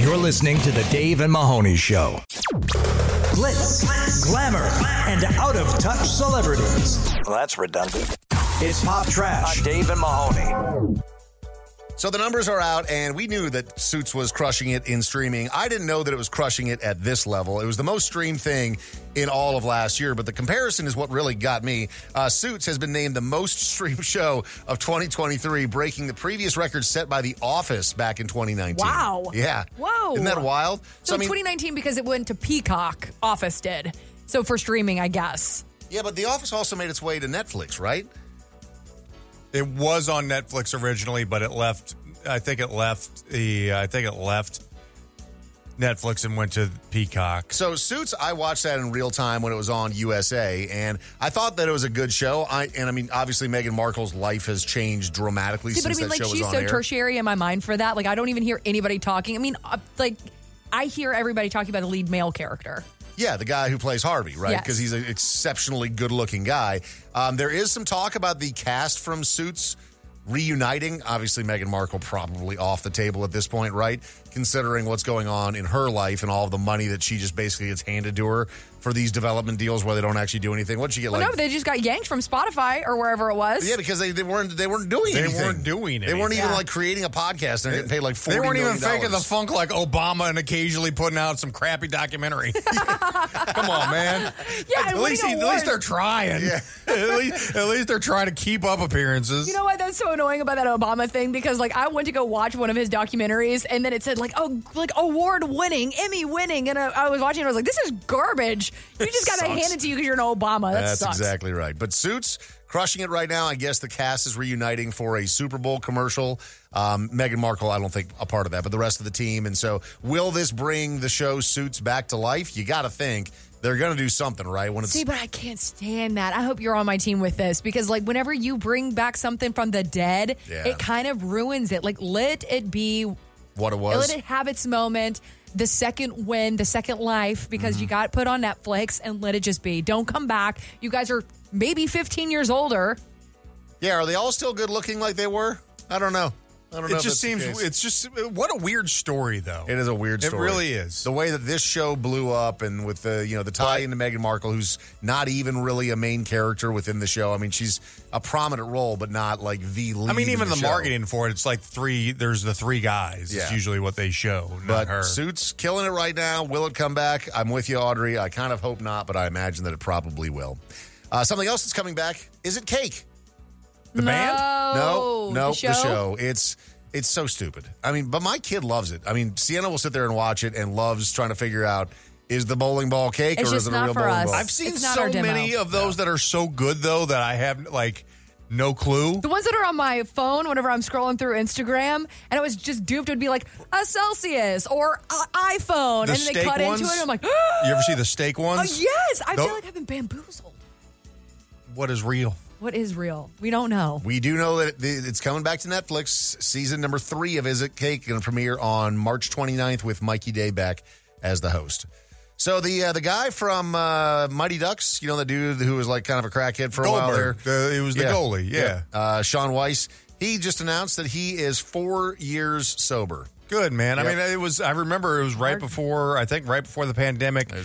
S2: You're listening to the Dave and Mahoney Show. Glitz, glamour, and out of touch celebrities. Well, that's redundant. It's pop trash. on Dave and Mahoney.
S4: So the numbers are out, and we knew that Suits was crushing it in streaming. I didn't know that it was crushing it at this level. It was the most streamed thing in all of last year, but the comparison is what really got me. Uh, Suits has been named the most *laughs* streamed show of 2023, breaking the previous record set by The Office back in 2019.
S3: Wow.
S4: Yeah.
S3: Whoa.
S4: Isn't that wild?
S3: So, 2019 because it went to Peacock. Office did. So for streaming, I guess.
S4: yeah, but The Office also made its way to Netflix, right?
S5: It was on Netflix originally, but it left I think it left the. I think it left Netflix and went to Peacock.
S4: So Suits, I watched that in real time when it was on USA, and I thought that it was a good show. I and I mean, obviously, Meghan Markle's life has changed dramatically
S3: See, but I
S4: since
S3: mean,
S4: that
S3: like,
S4: show
S3: she's
S4: was on
S3: so
S4: air.
S3: tertiary in my mind for that. Like, I don't even hear anybody talking. I mean, uh, like, I hear everybody talking about the lead male character.
S4: Yeah, the guy who plays Harvey, right?
S3: Yes.
S4: Because he's an exceptionally good looking guy. Um, there is some talk about the cast from Suits reuniting. Obviously, Meghan Markle probably off the table at this point, right? Considering what's going on in her life and all the money that she just basically gets handed to her for these development deals where they don't actually do anything. What'd she get
S3: Well,
S4: like?
S3: no, they just got yanked from Spotify or wherever it was.
S4: yeah, because they, they weren't they weren't doing
S5: They
S4: anything.
S5: weren't doing
S4: They weren't
S5: anything.
S4: even
S5: Yeah.
S4: like creating a podcast. They're getting paid like forty.
S5: They weren't even
S4: million
S5: faking the funk like Obama and occasionally putting out some
S4: *laughs*
S5: crappy documentary. Come on, man.
S3: *laughs* Yeah,
S5: at
S3: and
S5: least
S3: winning
S5: at least they're
S3: awards.
S5: trying.
S4: Yeah.
S5: *laughs* at least at least they're trying to keep up appearances.
S3: You know what? That's so annoying about that Obama thing because like I went to go watch one of his documentaries and then it said like oh like award winning Emmy winning and I, I was watching it and I was like this is garbage. You just got to
S4: Sucks.
S3: hand it to you because you're an Obama. Oh, That
S4: That's
S3: sucks.
S4: exactly right. But Suits crushing it right now. I guess the cast is reuniting for a Super Bowl commercial. Um, Meghan Markle, I don't think a part of that, but the rest of the team. And so, will this bring the show Suits back to life? You got to think they're going to do something, right? When it's
S3: See, but I can't stand that. I hope you're on my team with this because, like, whenever you bring back something from the dead,
S4: Yeah.
S3: it kind of ruins it. Like, let it be,
S4: what it was.
S3: let it have its moment, the second win, the second life, because
S4: Mm-hmm.
S3: you got put on Netflix and let it just be. Don't come back. You guys are maybe 15 years older.
S4: yeah, are they all still good looking like they were? I don't know. I don't know.
S5: It
S4: if
S5: just
S4: that's the
S5: seems
S4: case.
S5: it's just what a weird story though.
S4: It is a weird
S5: It
S4: story.
S5: really is.
S4: The way that this show blew up and with the, you know, the tie into Meghan Markle, who's not even really a main character within the show. I mean, she's a prominent role, but not like the lead.
S5: I mean,
S4: in
S5: even the,
S4: show.
S5: marketing for it, it's like three. There's the three guys. It's
S4: Yeah.
S5: usually what they show.
S4: But
S5: not her.
S4: Suits killing it right now. Will it come back? I'm with you, Audrey. I kind of hope not, but I imagine that it probably will. Uh, something else that's coming back is it Cake?
S5: The band?
S4: No,
S3: the
S4: no,
S3: show?
S4: the show. It's it's so stupid. I mean, but my kid loves it. I mean, Sienna will sit there and watch it and loves trying to figure out is the bowling ball cake
S3: It's
S4: or is
S3: just
S4: it a
S3: not
S4: real
S3: for
S4: bowling
S3: us.
S4: ball?
S5: I've seen
S3: It's not
S5: so
S3: our demo.
S5: many of those that are so good though that I have like no clue.
S3: The ones that are on my phone, whenever I'm scrolling through Instagram, and I was just duped, it would be like a Celsius or a iPhone,
S5: The
S3: and then they
S5: steak
S3: cut
S5: ones?
S3: into it. and I'm
S4: *gasps*
S3: like,
S5: You ever see the
S3: *gasps*
S5: steak
S3: Oh,
S5: ones?
S3: yes, I
S5: Nope.
S3: feel like I've been bamboozled.
S5: What is real?
S3: What is real? We don't know.
S4: We do know that it- it's coming back to Netflix. Season number three of Is It Cake going to premiere on March 29th with Mikey Day back as the host. So the uh, the guy from uh, Mighty Ducks, you know the dude who was like kind of a crackhead for a while there.
S5: Goldberg. Uh, he was the goalie. Yeah.
S4: Uh, Sean Weiss. He just announced that he is four years sober.
S5: Good man.
S4: Yep.
S5: I mean, it was. I remember it was right before. I think right before the pandemic set in,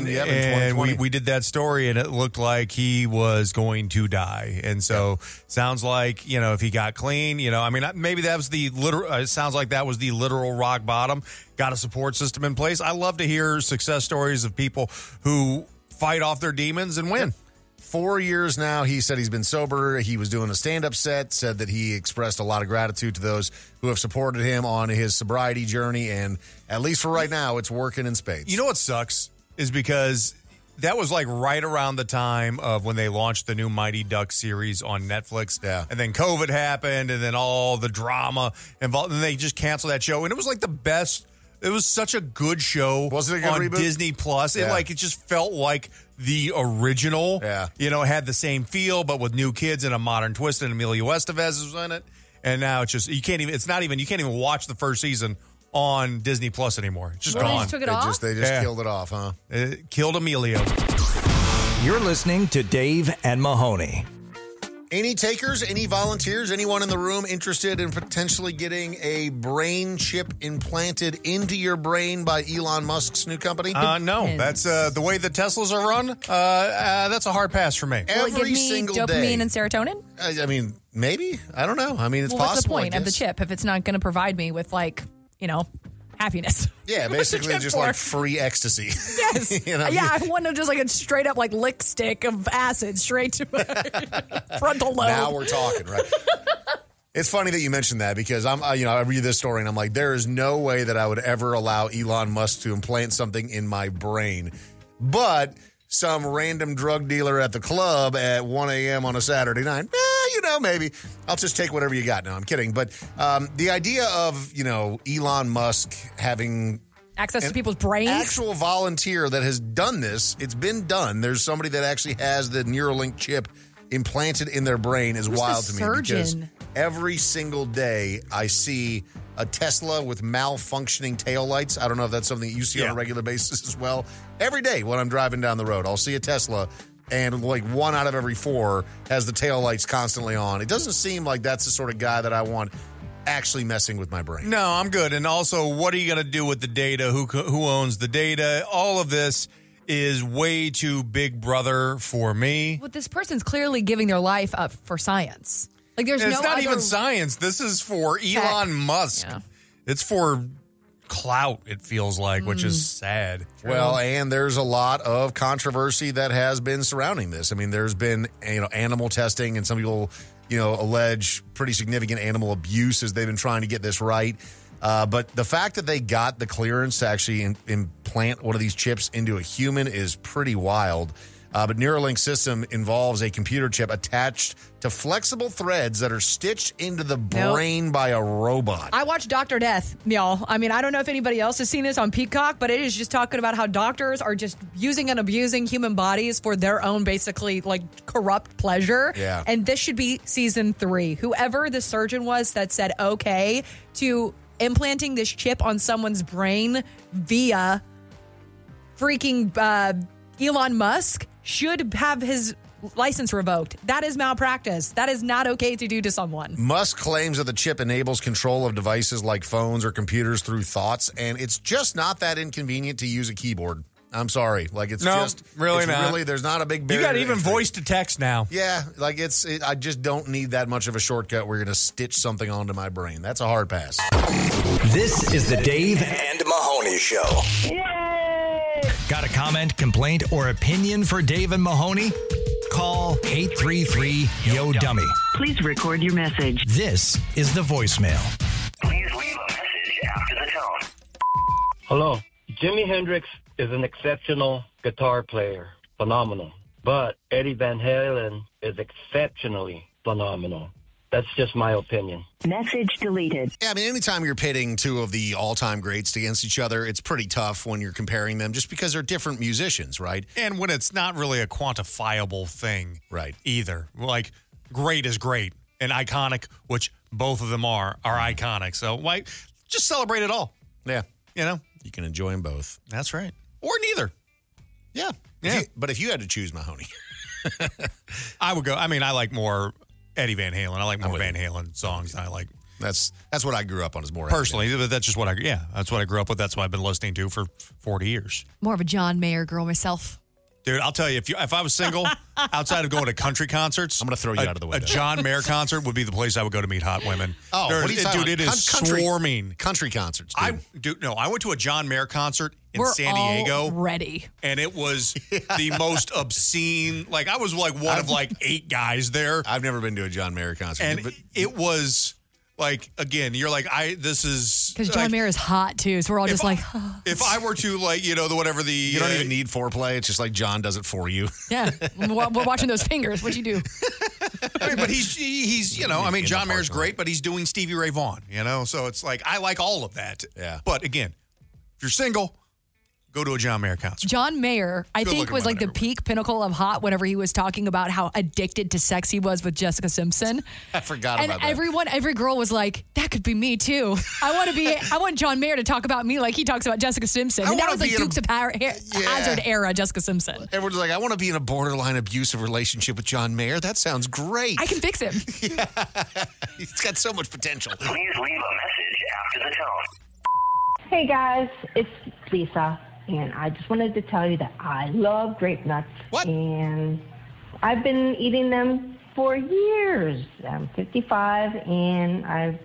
S4: struggling, yep, in
S5: and we,
S4: 2020.
S5: we did that story, and it looked like he was going to die. And so, sounds like you know, if he got clean, you know, I mean, I- maybe that was the literal. Uh, it sounds like that was the literal rock bottom. Got a support system in place. I love to hear success stories of people who fight off their demons and win.
S4: Four years now, he said he's been sober. He was doing a stand up set, said that he expressed a lot of gratitude to those who have supported him on his sobriety journey. And at least for right now, it's working in spades.
S5: You know what sucks is because that was like right around the time of when they launched the new Mighty Duck series on Netflix. Yeah. And then COVID happened and then all the drama involved and they just canceled that show and it was like the best it was such a good show
S4: Was it a good
S5: on
S4: reboot?
S5: Disney Plus. It
S4: Yeah.
S5: like it just felt like the original.
S4: Yeah.
S5: You know, it had the same feel but with new kids and a modern twist and Emilio Estevez was in it. And now it's just you can't even it's not even you can't even watch the first season on Disney Plus anymore. It's just
S3: Well, they
S5: gone.
S3: just took it
S4: They
S3: off?
S4: just, they just
S5: Yeah.
S4: killed it off, huh?
S5: It killed Emilio.
S2: You're listening to Dave and Mahoney.
S4: Any takers, any volunteers, anyone in the room interested in potentially getting a brain chip implanted into your brain by Elon Musk's new company?
S5: Uh, no, that's uh, the way the Teslas are run. Uh, uh, that's a hard pass for me.
S3: Will it give
S4: Every
S3: me
S4: single
S3: dopamine
S4: day.
S3: and serotonin?
S4: I, I mean, maybe. I don't know. I mean, it's
S3: well, what's the
S4: possible. I
S3: point of the
S4: guess.
S3: chip if it's not going to provide me with like you know happiness?
S4: Yeah,
S3: *laughs* What's the
S4: basically
S3: chip
S4: just
S3: for?
S4: like free ecstasy. *laughs*
S3: Yes.
S4: You know,
S3: yeah, I want to just like a straight up like lick stick of acid straight to my *laughs* frontal lobe.
S4: Now we're talking, right? it's funny that you mentioned that because I'm, I, you know, I read this story and I'm like, there is no way that I would ever allow Elon Musk to implant something in my brain, but some random drug dealer at the club at 1 a.m. on a Saturday night, eh, you know, know, maybe I'll just take whatever you got. No, I'm kidding. But um, the idea of you know Elon Musk having
S3: Access
S4: an
S3: to people's brains.
S4: actual volunteer that has done this, it's been done. There's somebody that actually has the Neuralink chip implanted in their brain is
S3: Who's the
S4: wild to me because
S3: surgeon?
S4: every single day I see a Tesla with malfunctioning taillights. I don't know if that's something that you see on a regular basis as well. Every day when I'm driving down the road, I'll see a Tesla and like one out of every four has the taillights constantly on. It doesn't seem like that's the sort of guy that I want actually messing with my brain.
S5: No, I'm good. And also, what are you going to do with the data? Who co- who owns the data? All of this is way too big brother for me.
S3: But this person's clearly giving their life up for science. Like there's
S5: And
S3: no
S5: it's not
S3: other-
S5: even science. This is for Elon Musk. It's for clout. It feels like, which is
S3: Mm.
S5: sad.
S4: Mm. Well, and there's a lot of controversy that has been surrounding this. I mean, there's been you know animal testing, and some people you know allege pretty significant animal abuse as they've been trying to get this right. Uh, but the fact that they got the clearance to actually in, implant one of these chips into a human is pretty wild. Uh, but Neuralink system involves a computer chip attached to flexible threads that are stitched into the
S3: Nope.
S4: brain by a robot.
S3: I watched Doctor Death, y'all. I mean, I don't know if anybody else has seen this on Peacock, but it is just talking about how doctors are just using and abusing human bodies for their own basically like corrupt pleasure.
S11: Yeah.
S3: And this should be season three. Whoever the surgeon was that said okay to implanting this chip on someone's brain via freaking uh, Elon Musk should have his license revoked. That is malpractice. That is not okay to do to someone.
S4: Musk claims that the chip enables control of devices like phones or computers through thoughts, and it's just not that inconvenient to use a keyboard. I'm sorry, like it's
S5: No,
S4: just
S5: really
S4: it's
S5: not.
S4: Really, there's not a big
S5: you
S4: barrier.
S5: got
S4: to
S5: even
S4: entry.
S5: voice to text now.
S4: Yeah, like it's. It, I just don't need that much of a shortcut. We're gonna stitch something onto my brain. That's a hard pass.
S2: This is the Dave and Mahoney Show. Got a comment, complaint, or opinion for Dave and Mahoney? Call 833 Yo Dummy. Please record your message. This is the voicemail.
S1: Please leave a message after the tone.
S19: Hello. Jimi Hendrix is an exceptional guitar player, phenomenal. But Eddie Van Halen is exceptionally phenomenal. That's just my opinion.
S4: Message deleted. Yeah, I mean, anytime you're pitting two of the all-time greats against each other, it's pretty tough when you're comparing them, just because they're different musicians, right?
S5: And when it's not really a quantifiable thing,
S4: right?
S5: Either like great is great and iconic, which both of them are, are iconic. So why just celebrate it all?
S4: Yeah,
S5: you know
S4: you can enjoy them both.
S5: That's right, or neither.
S4: Yeah, yeah. but if you had to choose, Mahoney.
S5: *laughs* I would go. I mean, I like more Eddie Van Halen. I like more Van Halen songs. than I like
S4: that's that's what I grew up on is more
S5: personally. But that's just what I yeah. That's what I grew up with. That's what I've been listening to for forty years.
S3: More of a John Mayer girl myself.
S5: Dude, I'll tell you if you if I was
S4: *laughs*
S5: single outside of going to country concerts, I'm gonna throw
S4: you out of the
S5: way. A
S4: window. *laughs*
S5: John Mayer concert would be the place I would go to meet hot women.
S4: Oh,
S5: There-
S4: what are you
S5: it-
S4: talking
S5: dude, it
S4: about?
S5: is
S4: Con- country-
S5: swarming
S4: country concerts.
S5: I dude, no, I went to a John Mayer concert in
S3: We're
S5: San Diego,
S3: ready.
S5: and
S4: *laughs*
S5: it was the most obscene. Like I was like one of like eight guys there.
S4: I've never been to a John Mayer concert,
S5: and it was like again, you're like I. This is
S3: Because John
S5: like,
S3: Mayer is hot too, so we're all
S5: If
S3: just
S5: I- *laughs*
S3: like,
S5: If I were to like you know the whatever the uh,
S4: You don't even need foreplay. It's just like John does it for you.
S3: yeah, we're, we're watching those fingers. What'd you do?
S5: I mean, but he's he- he's
S4: *laughs*
S5: you know I mean John Mayer's great, but he's doing Stevie Ray Vaughan, you know. So it's like I like all of that. Yeah. But again, if you're single, go to a John Mayer concert.
S3: John Mayer, I
S5: Good
S3: think,
S5: looking
S3: was like the
S5: women
S3: peak pinnacle of hot whenever he was talking about how addicted to sex he was with Jessica Simpson.
S4: I forgot
S3: and
S4: about that.
S3: everyone, every girl was like, "That could be me too. I want to be. I want John Mayer to talk about me like he talks about Jessica Simpson."
S4: I
S3: And that
S4: wanna
S3: was like
S4: be in a-
S3: Dukes of Har- Har- Hazard era Jessica Simpson.
S4: Everyone's like, I want to be in a borderline abusive relationship with John Mayer. That sounds great.
S3: I can fix him.
S4: He's got so much potential.
S1: Please leave a message after the tone.
S14: Hey guys, it's Lisa, and I just wanted to tell you that I love grape nuts. What? And I've been eating them for years. I'm 55, and I've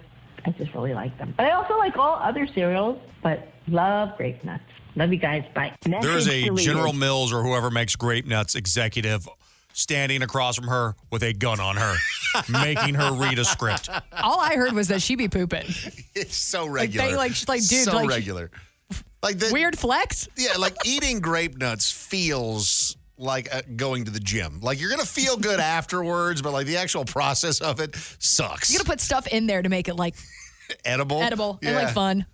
S14: I just really like them. But I also like all other cereals, but love grape nuts. Love you guys. Bye.
S5: There's a General Mills or whoever makes grape nuts executive standing across from her with a gun on her, *laughs* making her read a script.
S3: All I heard was that she be pooping.
S4: It's so regular.
S3: like- she's like, dude,
S4: so
S3: like-
S4: regular. Like the,
S3: Weird flex.
S4: yeah, like eating grape nuts feels like uh, going to the gym. Like you're gonna feel
S3: *laughs*
S4: good afterwards, but like the actual process of it sucks.
S3: You gotta put stuff in there to make it like
S4: edible,
S3: edible
S4: yeah.
S3: and like fun.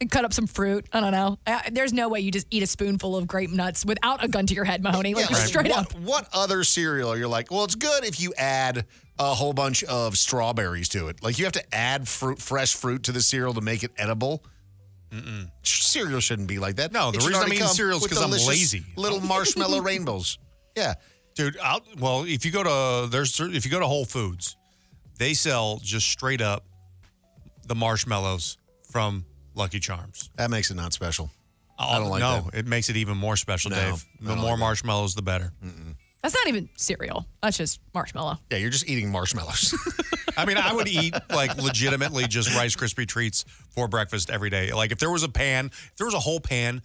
S3: And cut up some fruit. I don't know. I, there's no way you just eat a spoonful of grape nuts without a gun to your head, Mahoney. Like
S4: Yeah,
S3: just straight
S4: what,
S3: up.
S4: What other cereal are you like? Well, it's good if you add a whole bunch of strawberries to it. Like you have to add fruit, fresh fruit to the cereal to make it edible. Mm-mm. Cereal shouldn't be like that.
S5: No, the
S4: It should
S5: reason I'm
S4: already
S5: eating
S4: come
S5: cereal is
S4: with
S5: 'cause I'm
S4: delicious
S5: lazy. *laughs*
S4: Little marshmallow rainbows. Yeah,
S5: dude. I'll, well, if you go to there's cer- if you go to Whole Foods, they sell just straight up the marshmallows from Lucky Charms. Oh,
S4: That makes it not special. I don't like
S5: no, it makes it even more special,
S4: No,
S5: Dave.
S4: I
S5: The
S4: don't
S5: more
S4: like that.
S5: marshmallows, the better.
S3: That's not even cereal. That's just marshmallow.
S4: Yeah, you're just eating marshmallows.
S5: *laughs* I mean, I would eat like legitimately just Rice Krispie treats for breakfast every day. Like if there was a pan, if there was a whole pan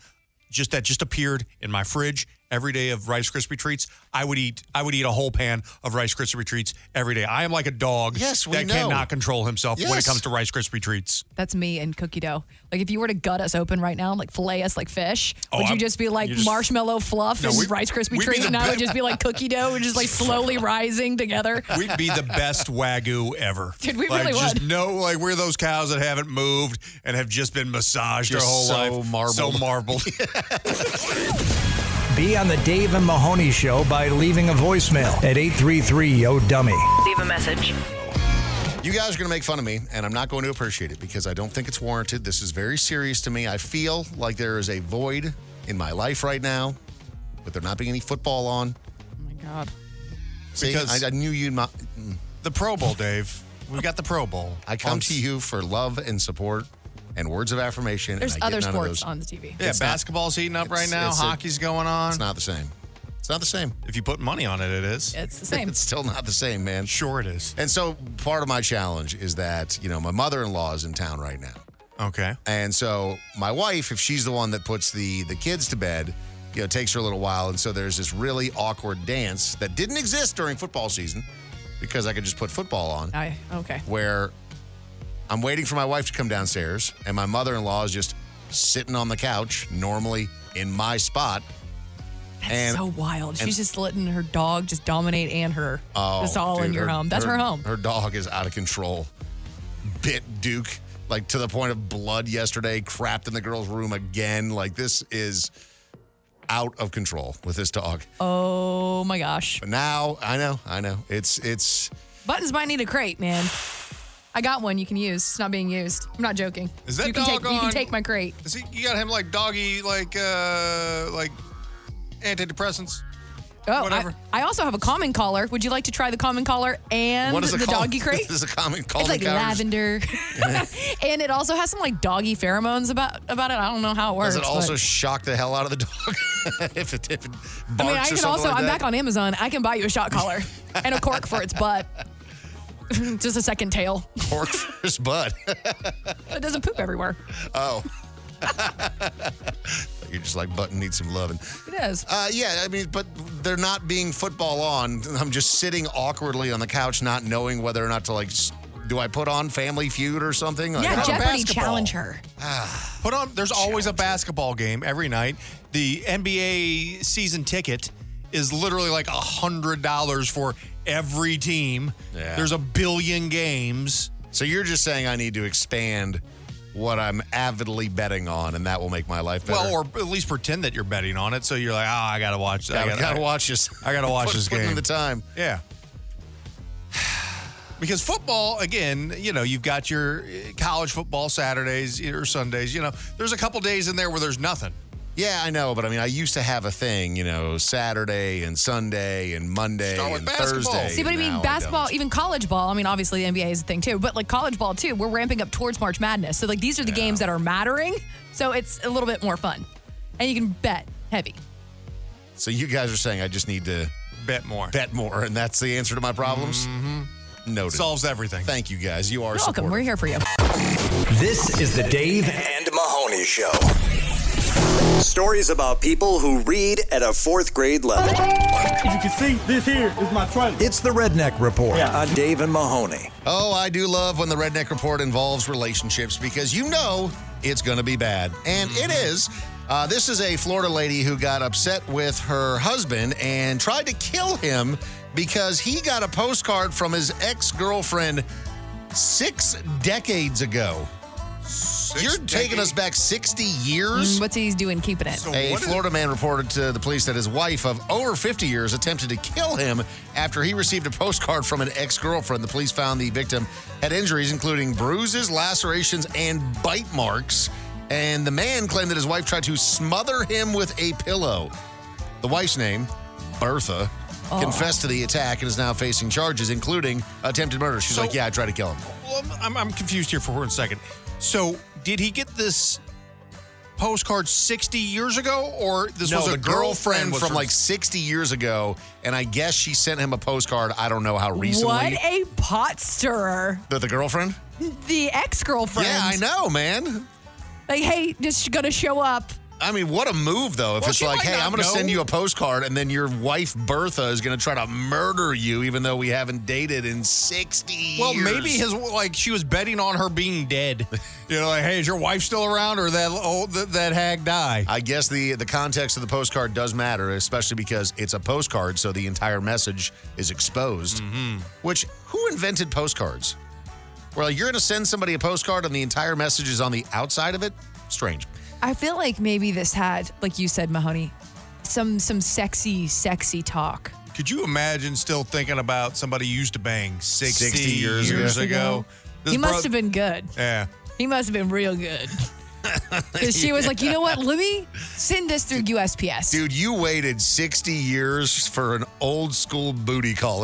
S5: just that just appeared in my fridge every day of Rice Krispie treats, I would eat I would eat a whole pan of Rice Krispie treats every day. I am like a dog
S4: Yes, we
S5: that
S4: know.
S5: cannot control himself when it
S4: Yes.
S5: comes to Rice Krispie treats.
S3: That's me and cookie dough. Like if you were to gut us open right now, like fillet us like fish,
S5: Oh,
S3: would you
S5: I'm-
S3: just be like
S5: you're just-
S3: marshmallow fluff
S5: No,
S3: and
S5: we-
S3: Rice Krispie
S5: we'd be
S3: treat,
S5: the
S3: and I would
S5: best-
S3: just be like cookie dough, which is
S5: *laughs*
S3: like slowly rising together.
S5: We'd be the best wagyu ever.
S3: *laughs* Dude, we
S5: like,
S3: really
S5: just
S3: would.
S5: know like we're those cows that haven't moved and have just been massaged
S4: Just
S5: their whole
S4: so
S5: life. So
S4: marbled. *laughs*
S5: marbled.
S2: Be on the Dave and Mahoney Show by leaving a voicemail at 833 Yo Dummy.
S20: Leave a message.
S4: You guys are going to make fun of me, and I'm not going to appreciate it because I don't think it's warranted. This is very serious to me. I feel like there is a void in my life right now, with there not being any football on.
S3: Oh my god.
S4: See,
S5: Because-
S4: I, I knew you'd. My,
S5: the Pro Bowl, Dave. We got the Pro Bowl.
S4: I come to you for love and support and words of affirmation.
S3: There's
S4: and I get
S3: other
S4: none of
S3: sports
S4: those.
S3: on the TV.
S5: Yeah,
S4: It's not-
S5: basketball's heating up right
S4: it's-
S5: now.
S4: it's a-
S5: Hockey's going on.
S4: It's not the same. It's not the same.
S5: If you put money on it, it is.
S3: It's
S4: *laughs*
S3: the same.
S4: It's still not the same, man.
S5: Sure, it is.
S4: And so part of my challenge is that, you know, my mother in law is in town right now.
S5: Okay.
S4: And so my wife, if she's the one that puts the the kids to bed, you know, it takes her a little while. And so there's this really awkward dance that didn't exist during football season because I could just put football on
S3: I okay.
S4: where I'm waiting for my wife to come downstairs and my mother-in-law is just sitting on the couch normally in my spot.
S3: That's
S4: And-
S3: so wild.
S4: and-
S3: She's just letting her dog just dominate and her.
S4: Oh,
S3: It's all in
S4: dude,
S3: your home. That's her home.
S4: Her dog is out of control. Bit Duke, like to the point of blood yesterday, crapped in the girl's room again. Like this is out of control with this dog.
S3: Oh my gosh.
S4: But now I know, I know. It's it's
S3: Buttons might need a crate, man. I got one you can use. It's not being used. I'm not joking.
S5: Is that
S3: you can
S5: dog
S3: take, You can
S5: on-
S3: take my crate.
S5: Is he, you got him like doggy, like uh like antidepressants.
S3: Oh,
S5: Whatever.
S3: I, I also have a common collar. Would you like to try the common collar and
S4: what is it
S3: the
S4: called?
S3: doggy
S4: *laughs*
S3: crate?
S4: This is a common call.
S3: it's like lavender,
S4: *laughs*
S3: *laughs* and it also has some like doggy pheromones about about it. I don't know how it works.
S4: Does it also
S3: but-
S4: shock the hell out of the dog *laughs* if it, if it barks
S3: I mean,
S4: or
S3: I can
S4: something
S3: also.
S4: like
S3: I'm
S4: that?
S3: back on Amazon. I can buy you a shot
S4: *laughs*
S3: collar and a cork for its butt. *laughs* Just a second tail. *laughs*
S4: Pork for his butt. *laughs*
S3: It doesn't poop everywhere.
S4: Oh. *laughs* You're just like button needs some loving.
S3: It is.
S4: Uh, yeah, I mean, but they're not being football on. I'm just sitting awkwardly on the couch, not knowing whether or not to like. s- Do I put on Family Feud or something? Like,
S3: yeah,
S4: I don't know.
S3: Jeopardy
S5: basketball.
S3: challenge her.
S4: Ah.
S5: Put on. There's always a basketball game every night. The NBA season ticket is literally like a hundred dollars for every team.
S4: Yeah.
S5: There's a billion games.
S4: So you're just saying I need to expand what I'm avidly betting on, and that will make my life better.
S5: Well, or at least pretend that you're betting on it. So you're like, oh, I gotta watch. I
S4: gotta,
S5: gotta,
S4: gotta watch this.
S5: I gotta watch
S4: Put-
S5: this
S4: putting in
S5: game.
S4: the time.
S5: Yeah. *sighs* Because football, again, you know, you've got your uh, college football Saturdays or Sundays. You know, there's a couple days in there where there's nothing.
S4: Yeah, I know, but I mean, I used to have a thing, you know, Saturday and Sunday and Monday
S5: Start with
S4: and
S5: basketball.
S4: Thursday.
S3: See, but I
S4: Now
S3: mean,
S4: don't.
S3: basketball, even college ball. I mean, obviously the NBA is the thing too, but like college ball too. We're ramping up towards March Madness, so like these are the games that are mattering. So it's a little bit more fun, and you can bet heavy.
S4: So you guys are saying I just need to
S5: Bet more. Mm-hmm.
S4: bet more, and that's the answer to my problems. Noted.
S5: Solves everything.
S4: Thank you guys. You are
S3: You're welcome. We're
S4: supportive.
S3: here for you.
S2: This is the Dave and Mahoney Show. Stories about people who read at a fourth grade level.
S12: If you can see, this here is my trunk.
S2: It's the Redneck Report on Dave and Mahoney.
S4: Oh, I do love when the Redneck Report involves relationships because you know it's going to be bad. And it is. Uh, this is a Florida lady who got upset with her husband and tried to kill him because he got a postcard from his ex girlfriend six decades ago. you You're taking us back 60 years?
S3: what's he doing keeping it?
S4: a Florida man reported to the police that his wife of over 50 years attempted to kill him after he received a postcard from an ex girlfriend. The police found the victim had injuries, including bruises, lacerations, and bite marks. And the man claimed that his wife tried to smother him with a pillow. The wife's name, Bertha, confessed to the attack and is now facing charges, including attempted murder. She's like, Yeah, I tried to kill him.
S5: Well, I'm- I'm, I'm confused here for one second. So, did he get this postcard 60 years ago, or this
S4: no,
S5: was a
S4: the girlfriend,
S5: was
S4: from
S5: her-
S4: like 60 years ago, and I guess she sent him a postcard. I don't know how recently.
S3: What a pot stirrer.
S4: The, the girlfriend?
S3: The ex girlfriend.
S4: Yeah, I know, man.
S3: Like, hey, just gonna show up.
S4: I mean, what a move, though. If
S3: Well,
S4: it's
S3: she
S4: like,
S3: might
S4: hey,
S3: not
S4: I'm going to
S3: know.
S4: send you a postcard, and then your wife, Bertha, is going to try to murder you, even though we haven't dated in 60
S5: Well,
S4: years.
S5: maybe his like she was betting on her
S4: *laughs*
S5: being dead. You know, like, hey, is your wife still around, or that old that, that hag die?
S4: I guess the, the context of the postcard does matter, especially because it's a postcard, so the entire message is exposed.
S5: Mm-hmm.
S4: Which, who invented postcards? Where like, you're going to send somebody a postcard and the entire message is on the outside of it? Strange.
S3: I feel like maybe this had, like you said, Mahoney, some some sexy, sexy talk.
S5: Could you imagine still thinking about somebody you used to bang 60,
S4: 60
S5: years,
S4: years ago.
S5: ago?
S3: he must have been good.
S5: Yeah.
S3: He must have been real
S5: *laughs*
S3: good. 'Cause she was like, you know what, let me send this through USPS.
S4: Dude, you waited 60 years for an old school booty call,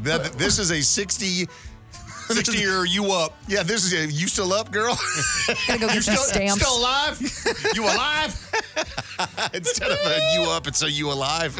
S3: *laughs*
S4: That, this is a 60.
S5: 60 year you up.
S4: Yeah, this is a you still up, girl?
S3: Gotta go get
S4: you
S3: some
S4: still,
S3: stamps.
S4: still alive? You alive?
S5: *laughs*
S4: Instead of a you up, it's a you alive.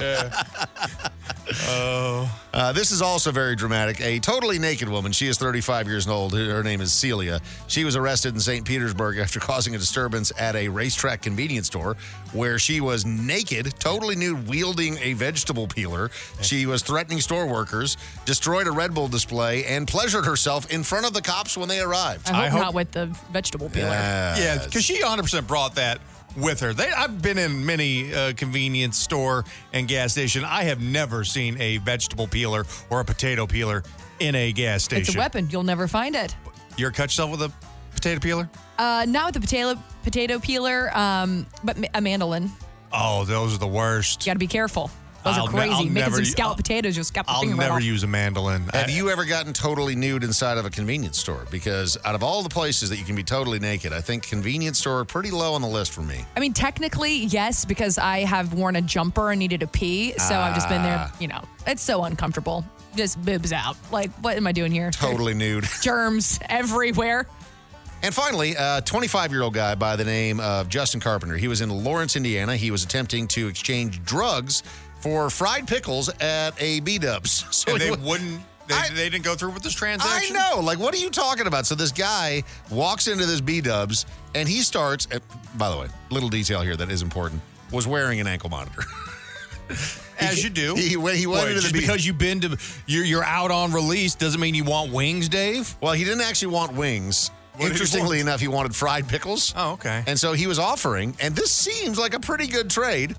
S4: Oh. Uh, this is also very dramatic. A totally naked woman, she is 35 years old. Her name is Celia. She was arrested in St. Petersburg after *laughs* causing a disturbance at a racetrack convenience store where she was naked, totally nude, wielding a vegetable peeler. She was threatening store workers, destroyed a Red Bull display, and pleasured herself in front of the cops when they arrived.
S3: I hope, not with the vegetable peeler.
S5: Yeah, because she 100% brought that with her. They, I've been in many uh, convenience store and gas station. I have never seen a vegetable peeler or a potato peeler in a gas station.
S3: It's a weapon. You'll never find it.
S5: You ever cut yourself with a potato peeler?
S3: Uh, not with the potato potato peeler, um, but ma- a mandolin.
S5: Oh, those are the worst.
S3: You got to be careful. Those
S5: I'll
S3: are
S5: ne-
S3: crazy.
S5: I'll
S3: Making
S5: never
S3: some
S5: u-
S3: scalloped
S5: I'll-
S3: potatoes, you'll scalp the
S5: I'll
S3: finger right
S5: never
S3: off.
S5: use a mandolin.
S4: Have you ever gotten totally nude inside of a convenience store? Because out of all the places that you can be totally naked, I think convenience store are pretty low on the list for me.
S3: I mean, technically, yes, because I have worn a jumper and needed to pee. So I've just been there,
S4: Ah.
S3: you know, it's so uncomfortable. Just boobs out. Like, what am I doing here?
S4: Totally nude. *laughs*
S3: Germs everywhere.
S4: And finally, a 25 year old guy by the name of Justin Carpenter. He was in Lawrence, Indiana. He was attempting to exchange drugs for fried pickles at a B Dubs. *laughs* So
S5: And
S4: he
S5: they
S4: wa-
S5: wouldn't. They, they didn't go through with this
S4: I
S5: transaction.
S4: know. Like, what are you talking about? So this guy walks into this B Dubs and he starts. At, by the way, little detail here that is important was wearing an ankle monitor. *laughs*
S5: as you do.
S4: He went. He went
S5: Boy,
S4: into the
S5: just
S4: B-
S5: because you've been to you're, you're out on release doesn't mean you want wings, Dave.
S4: Well, Oh, he didn't actually want wings.
S5: What did he
S4: Interestingly
S5: want?
S4: enough, he wanted fried pickles.
S5: Oh, okay.
S4: And so he was offering, and this seems like a pretty good trade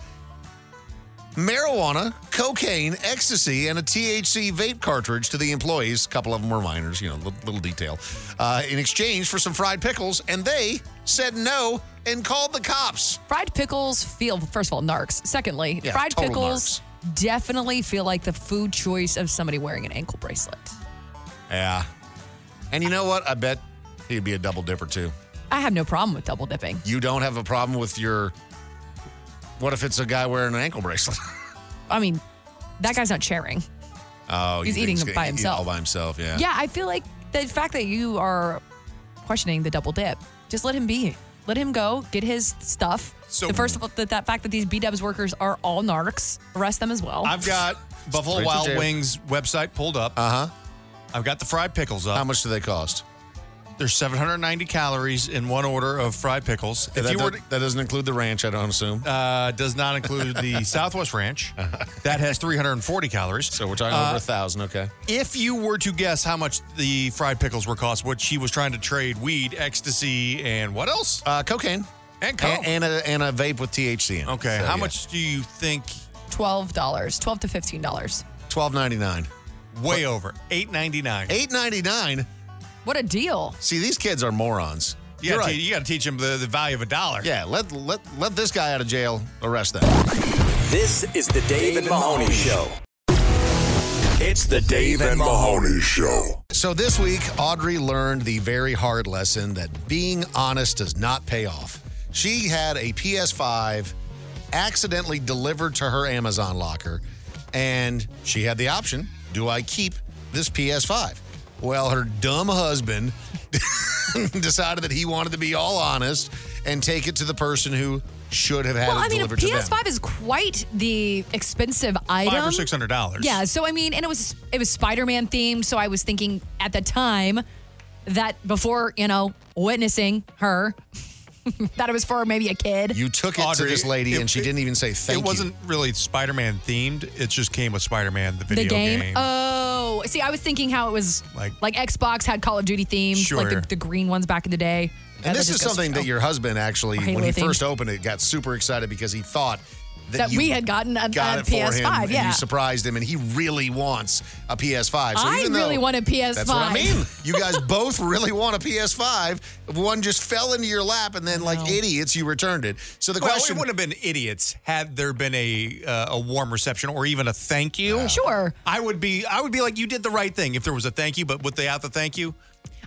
S4: marijuana, cocaine, ecstasy, and a THC vape cartridge to the employees. A couple of them were minors, you know, little, little detail, uh, in exchange for some fried pickles. And they said no and called the cops.
S3: Fried pickles feel, first of all, narcs. Secondly,
S4: Yeah,
S3: fried
S4: total
S3: pickles definitely feel like the food choice of somebody wearing an ankle bracelet.
S4: Yeah. And you know what? I bet he'd be a double dipper too.
S3: I have no problem with double dipping.
S4: You don't have a problem with your. What if it's a guy wearing an ankle bracelet? *laughs*
S3: I mean, that guy's not sharing.
S4: Oh, you
S3: He's
S4: think
S3: eating
S4: gonna
S3: by
S4: eat
S3: himself.
S4: all by himself, yeah.
S3: Yeah, I feel like the fact that you are questioning the double dip, just let him be. Let him go, get his stuff.
S5: So-
S3: the first of all, that, that fact that these B Dubs workers are all narcs, arrest them as well.
S5: I've got Buffalo
S4: Straight to
S5: Wild
S4: jail.
S5: Wings website pulled up.
S4: Uh huh.
S5: Uh-huh. I've got the fried pickles up.
S4: How much do they cost?
S5: There's 790 calories in one order of fried pickles. If
S4: that,
S5: you were, to-
S4: that- that doesn't include the ranch, I
S5: *laughs*
S4: don't assume.
S5: uh, does not
S4: *laughs*
S5: include the Southwest Ranch. That has 340 calories.
S4: So we're talking
S5: Uh,
S4: over a thousand, okay?
S5: If you were to guess how much the fried pickles were cost, what she was trying to trade weed, ecstasy, and what else?
S4: Uh, cocaine.
S5: And
S4: and, and, a, and a vape with THC in it.
S5: Okay, how much do you think?
S3: Twelve dollars, twelve to fifteen dollars.
S4: Twelve ninety nine.
S5: Way over. Eight ninety nine.
S4: Eight ninety nine.
S3: What a deal!
S4: See, these kids are morons.
S5: You
S4: You're
S5: got
S4: right.
S5: to teach them the, the value of a dollar.
S4: Yeah, let let let this guy out of jail. Arrest them.
S2: This is the Dave and Mahoney Show. It's the Dave and Mahoney Show.
S4: So this week, Audrey learned the very hard lesson that being honest does not pay off. She had a PS5 accidentally delivered to her Amazon locker, and she had the option do I keep this PS5? Well, her dumb husband *laughs* decided that he wanted to be all honest and take it to the person who should have had
S3: Well,
S4: it
S3: I mean, a
S4: delivered to them.
S3: PS5 is quite the expensive item.
S5: Five or six hundred dollars.
S3: Yeah, so I mean, and it was it was Spider-Man themed, so I was thinking at the time that before you know witnessing her, *laughs* that it was for maybe a kid.
S4: You took it
S5: Audrey,
S4: to this lady,
S5: it-
S4: and she didn't even say thank
S5: it
S4: you.
S5: wasn't really Spider Man themed. It just came with Spider Man, the video
S3: the game. Oh, see, I was thinking how it was
S5: Like-
S3: like, Xbox had Call of Duty themes, like
S4: Sure.
S3: the, the green ones back in the day.
S4: And
S3: That
S4: this is
S3: just goes-
S4: something that your husband actually,
S3: Or Halo
S4: when he
S3: theme.
S4: first opened it, got super excited because he thought that,
S3: That
S4: you
S3: we had gotten a-
S4: got
S3: a
S4: it for him,
S3: PS5,
S4: and
S3: yeah.
S4: you surprised him, and he really wants a PS5. So
S3: I
S4: even
S3: really
S4: though,
S3: want a PS5.
S4: That's what
S3: *laughs*
S4: I mean. You guys both really want a PS5. One just fell into your lap, and then like idiots, you returned it. So the
S5: Well,
S4: question
S5: it wouldn't have been idiots had there been a uh, a warm reception or even a thank you.
S3: Sure.
S5: I would be I would be like you did the right thing if there was a thank you, but without the thank you,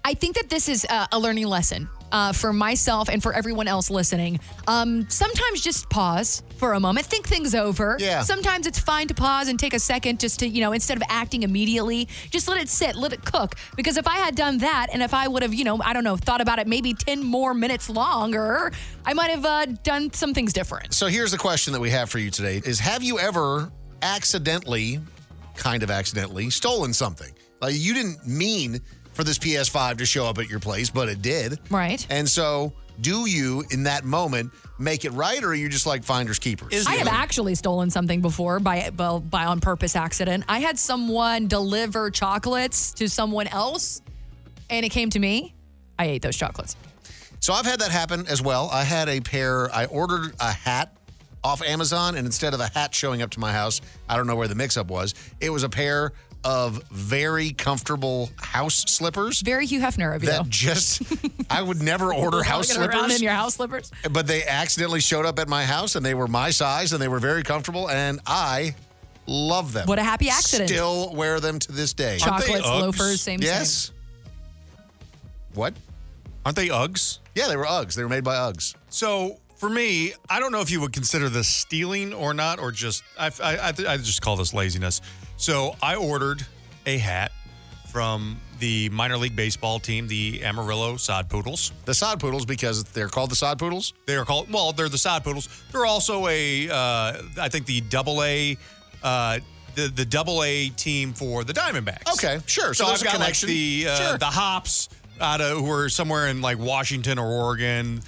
S3: I think that this is uh, a learning lesson uh, for myself and for everyone else listening. Um, sometimes just pause for a moment, think things over.
S8: Yeah.
S3: Sometimes it's fine to pause and take a second just to, you know, instead of acting immediately, just let it sit, let it cook. Because if I had done that and if I would have, you know, I don't know, thought about it maybe 10 more minutes longer, I might have uh, done some things different.
S4: So here's the question that we have for you today is have you ever accidentally, kind of accidentally, stolen something? Like you didn't mean for this PS5 to show up at your place, but it did.
S3: Right.
S4: And so do you in that moment make it right or are you just like finders keepers?
S3: I have actually stolen something before by well by on purpose accident. I had someone deliver chocolates to someone else, and it came to me. I ate those chocolates.
S4: So I've had that happen as well. I had a pair, I ordered a hat off Amazon, and instead of a hat showing up to my house, I don't know where the mix up was, it was a pair of very comfortable house slippers.
S3: Very Hugh Hefner of you. *laughs*
S4: That just, I would never order house
S3: Walking around
S4: slippers.
S3: in your house slippers.
S4: But they accidentally showed up at my house and they were my size and they were very comfortable and I love them.
S3: What a happy accident.
S4: Still wear them to this day.
S3: Aren't they Chocolates, Uggs? loafers, same,
S4: Yes. What?
S5: Aren't they Uggs?
S4: Yeah, they were Uggs. They were made by Uggs.
S5: So for me, I don't know if you would consider this stealing or not, or just I I, I, th- I just call this laziness. So I ordered a hat from the minor league baseball team, the Amarillo Sod Poodles.
S4: The Sod Poodles because they're called the Sod Poodles.
S5: They are called well, they're the Sod Poodles. They're also a uh, I think the double A. Uh, the, the double A team for the Diamondbacks.
S4: Okay, sure. So
S5: So,
S4: there's
S5: I've
S4: a
S5: got like
S4: connection.
S5: the uh,
S4: Sure.
S5: the hops out of who are somewhere in like Washington or Oregon.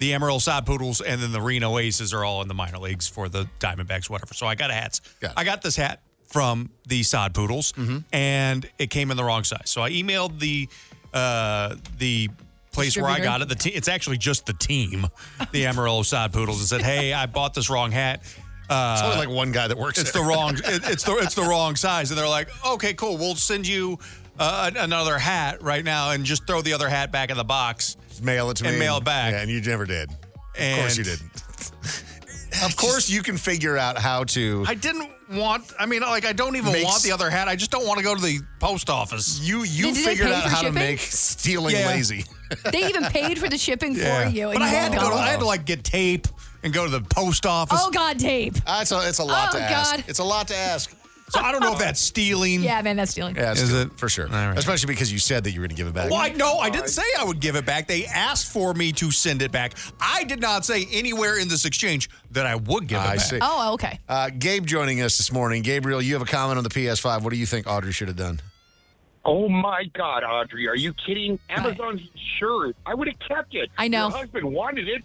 S5: The Emerald Sod Poodles and then the Reno Aces are all in the minor leagues for the Diamondbacks, whatever. So I got a hats. I got this hat from the Sod Poodles,
S4: Mm-hmm.
S5: and it came in the wrong size. So I emailed the uh, the place where I
S15: Distributor?
S5: got it. The te- it's actually just the team, the Amarillo Sod Poodles, and said, "Hey, I bought this wrong hat." Uh,
S4: It's only like one guy that works
S5: It's
S4: there.
S5: the wrong. it- it's the it's the wrong size, and they're like, "Okay, cool. We'll send you uh, an- another hat right now, and just throw the other hat back in the box,
S4: mail it to
S5: and
S4: me.
S5: mail it back."
S4: Yeah, and you never did.
S5: And-
S4: of course you didn't.
S5: *laughs*
S4: of course you can figure out how to
S5: I didn't want. I mean, like, I don't even
S4: Makes-
S5: want the other hat. I just don't want to go to the post office.
S4: You you figured out how to make stealing
S5: Yeah.
S4: lazy.
S3: They even paid for the shipping for you. and
S5: But I
S3: you
S5: had to go. To,
S3: got
S5: I
S3: it.
S5: had to like get tape and go to the post office.
S3: Oh God, tape.
S4: Uh, it's a it's a lot
S3: Oh,
S4: to ask.
S3: God.
S4: It's a lot to ask.
S5: So I don't know if that's stealing.
S3: Yeah, man, that's stealing.
S4: Yeah, it's
S5: Is
S4: good, for sure. Especially because you said that you were going to give it back.
S5: Well, I, no, I didn't say I would give it back. They asked for me to send it back. I did not say anywhere in this exchange that I would give it
S4: I
S5: back.
S4: see.
S3: Oh, okay.
S4: Uh, Gabe joining us this morning. Gabriel, you have a comment on the PS5. What do you think Audrey should have done?
S20: Oh my God, Audrey, are you kidding? Amazon's sure. I would have kept it.
S3: I know.
S20: Your husband wanted it.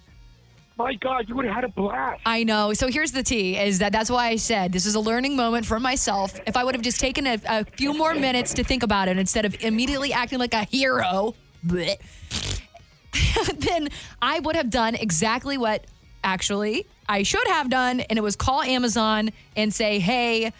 S20: My God, you would have had a blast.
S3: I know. So here's the tea is that that's why I said this is a learning moment for myself. If I would have just taken a, a few more minutes to think about it instead of immediately acting like a hero, bleh, *laughs* then I would have done exactly what actually I should have done, and it was call Amazon and say, "Hey,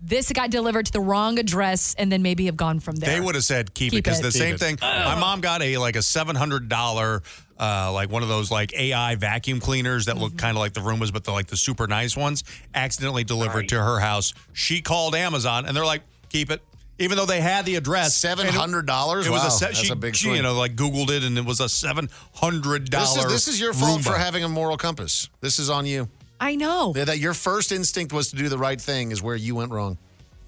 S3: this got delivered to the wrong address," and then maybe have gone from there.
S5: They would have said keep, it
S3: Keep
S5: because
S3: it.
S5: the
S3: Keep it.
S5: same
S4: Oh.
S5: thing. My mom got a like a seven hundred dollar. Uh, like one of those like AI vacuum cleaners that
S4: Mm-hmm.
S5: look kind of like the Roombas, but they're like the super nice ones. Accidentally delivered to her house. She called Amazon, and they're like, "Keep it," even though they had the address. Seven
S4: $700?
S5: It was
S4: Wow,
S5: a, se-
S4: that's
S5: she,
S4: a big
S5: she,
S4: swing.
S5: you know like Googled it, and it was a seven hundred
S4: This
S5: dollar.
S4: is, this is your fault
S5: Roomba.
S4: for having a moral compass. This is on you.
S3: I know.
S4: Yeah, that your first instinct was to do the right thing is where you went wrong.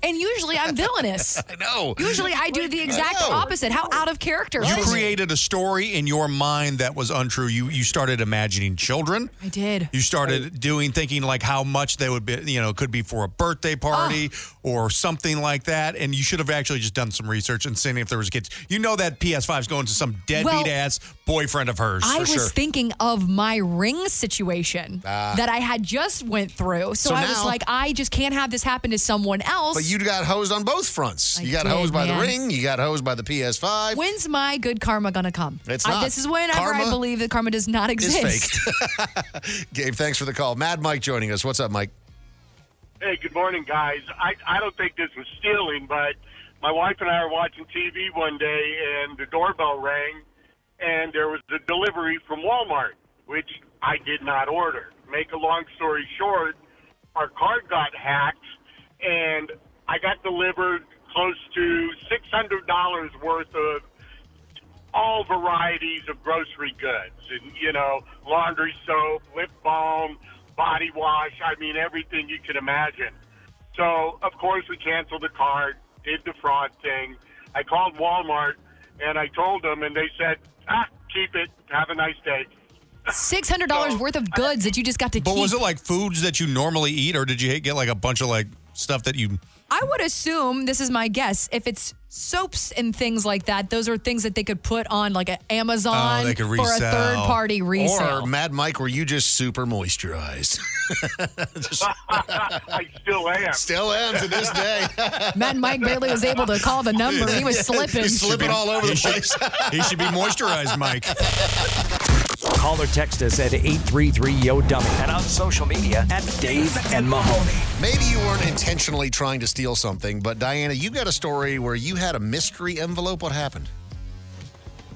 S3: And usually I'm
S5: *laughs*
S3: villainous.
S4: I know.
S3: Usually I do the exact
S4: know.
S3: opposite. How out of character.
S5: You
S3: right?
S5: created a story in your mind that was untrue. You you started imagining children.
S3: I did.
S5: You started doing thinking like how much they would be, you know, could be for a birthday party
S3: Ah.
S5: or something like that. And you should have actually just done some research and seen if there was kids. You know that PS5 is going to some deadbeat
S3: Well,
S5: ass boyfriend of hers.
S3: I
S5: for
S3: was
S5: sure.
S3: thinking of my ring situation
S5: Ah.
S3: that I had just went through. So,
S4: So
S3: I was
S4: now-
S3: like, I just can't have this happen to someone else.
S4: But you got hosed on both fronts.
S3: I
S4: you got
S3: did,
S4: hosed by
S3: man.
S4: the ring. You got hosed by the PS5.
S3: When's my good karma gonna come?
S4: It's
S3: I-
S4: not.
S3: this is whenever I
S4: Karma
S3: believe that karma does not
S4: It's
S3: exist.
S4: fake. *laughs* Gabe, thanks for the call. Mad Mike joining us. What's up, Mike?
S21: Hey, good morning, guys. I, I don't think this was stealing, but my wife and I were watching TV one day, and the doorbell rang, and there was a delivery from Walmart, which I did not order. Make a long story short, our card got hacked, and I got delivered close to $600 worth of all varieties of grocery goods and you know laundry soap lip balm body wash i mean everything you can imagine so of course we canceled the card did the fraud thing i called walmart and i told them and they said ah, keep it have a nice day
S3: *laughs* Six hundred dollars worth of goods that you just got to
S5: But
S3: keep.
S5: was it like foods that you normally eat, or did you get like a bunch of like stuff that you?
S3: I would assume this is my guess. If it's soaps and things like that, those are things that they could put on like an Amazon
S4: Oh, they could
S3: for a
S4: resell.
S3: third party resale.
S4: Or Mad Mike, were you just super moisturized? *laughs*
S21: I still am.
S4: Still am to this day.
S3: *laughs* Matt and Mike barely was able to call the number.
S4: *laughs*
S3: He was slipping. *laughs*
S4: He's slipping all over the
S3: Oh,
S4: place.
S5: He should be moisturized, Mike.
S2: *laughs* Call or text us at 833 Yo Dummy and on social media at Dave and Mahoney.
S4: Maybe you weren't intentionally trying to steal something, but Diana, you got a story where you had a mystery envelope. What happened?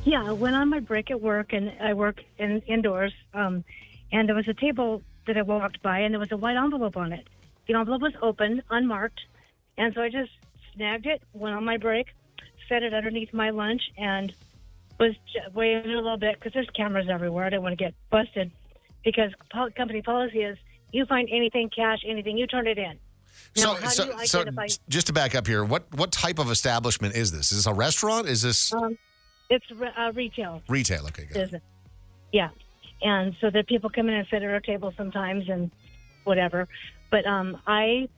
S22: Yeah, I went on my break at work, and I work in, indoors. Um, and there was a table that I walked by, and there was a white envelope on it. The envelope was open, unmarked, and so I just snagged it. Went on my break, set it underneath my lunch, and was j- waiting a little bit because there's cameras everywhere. I didn't want to get busted because pol- company policy is you find anything cash, anything you turn it in. Now, how do you identify?
S4: just to back up here, what what type of establishment is this? Is this a restaurant? Is this
S22: um, it's re- uh, retail.
S4: retail? Okay, good.
S22: business. Yeah. And so the people come in and sit at our table sometimes and whatever. But um, I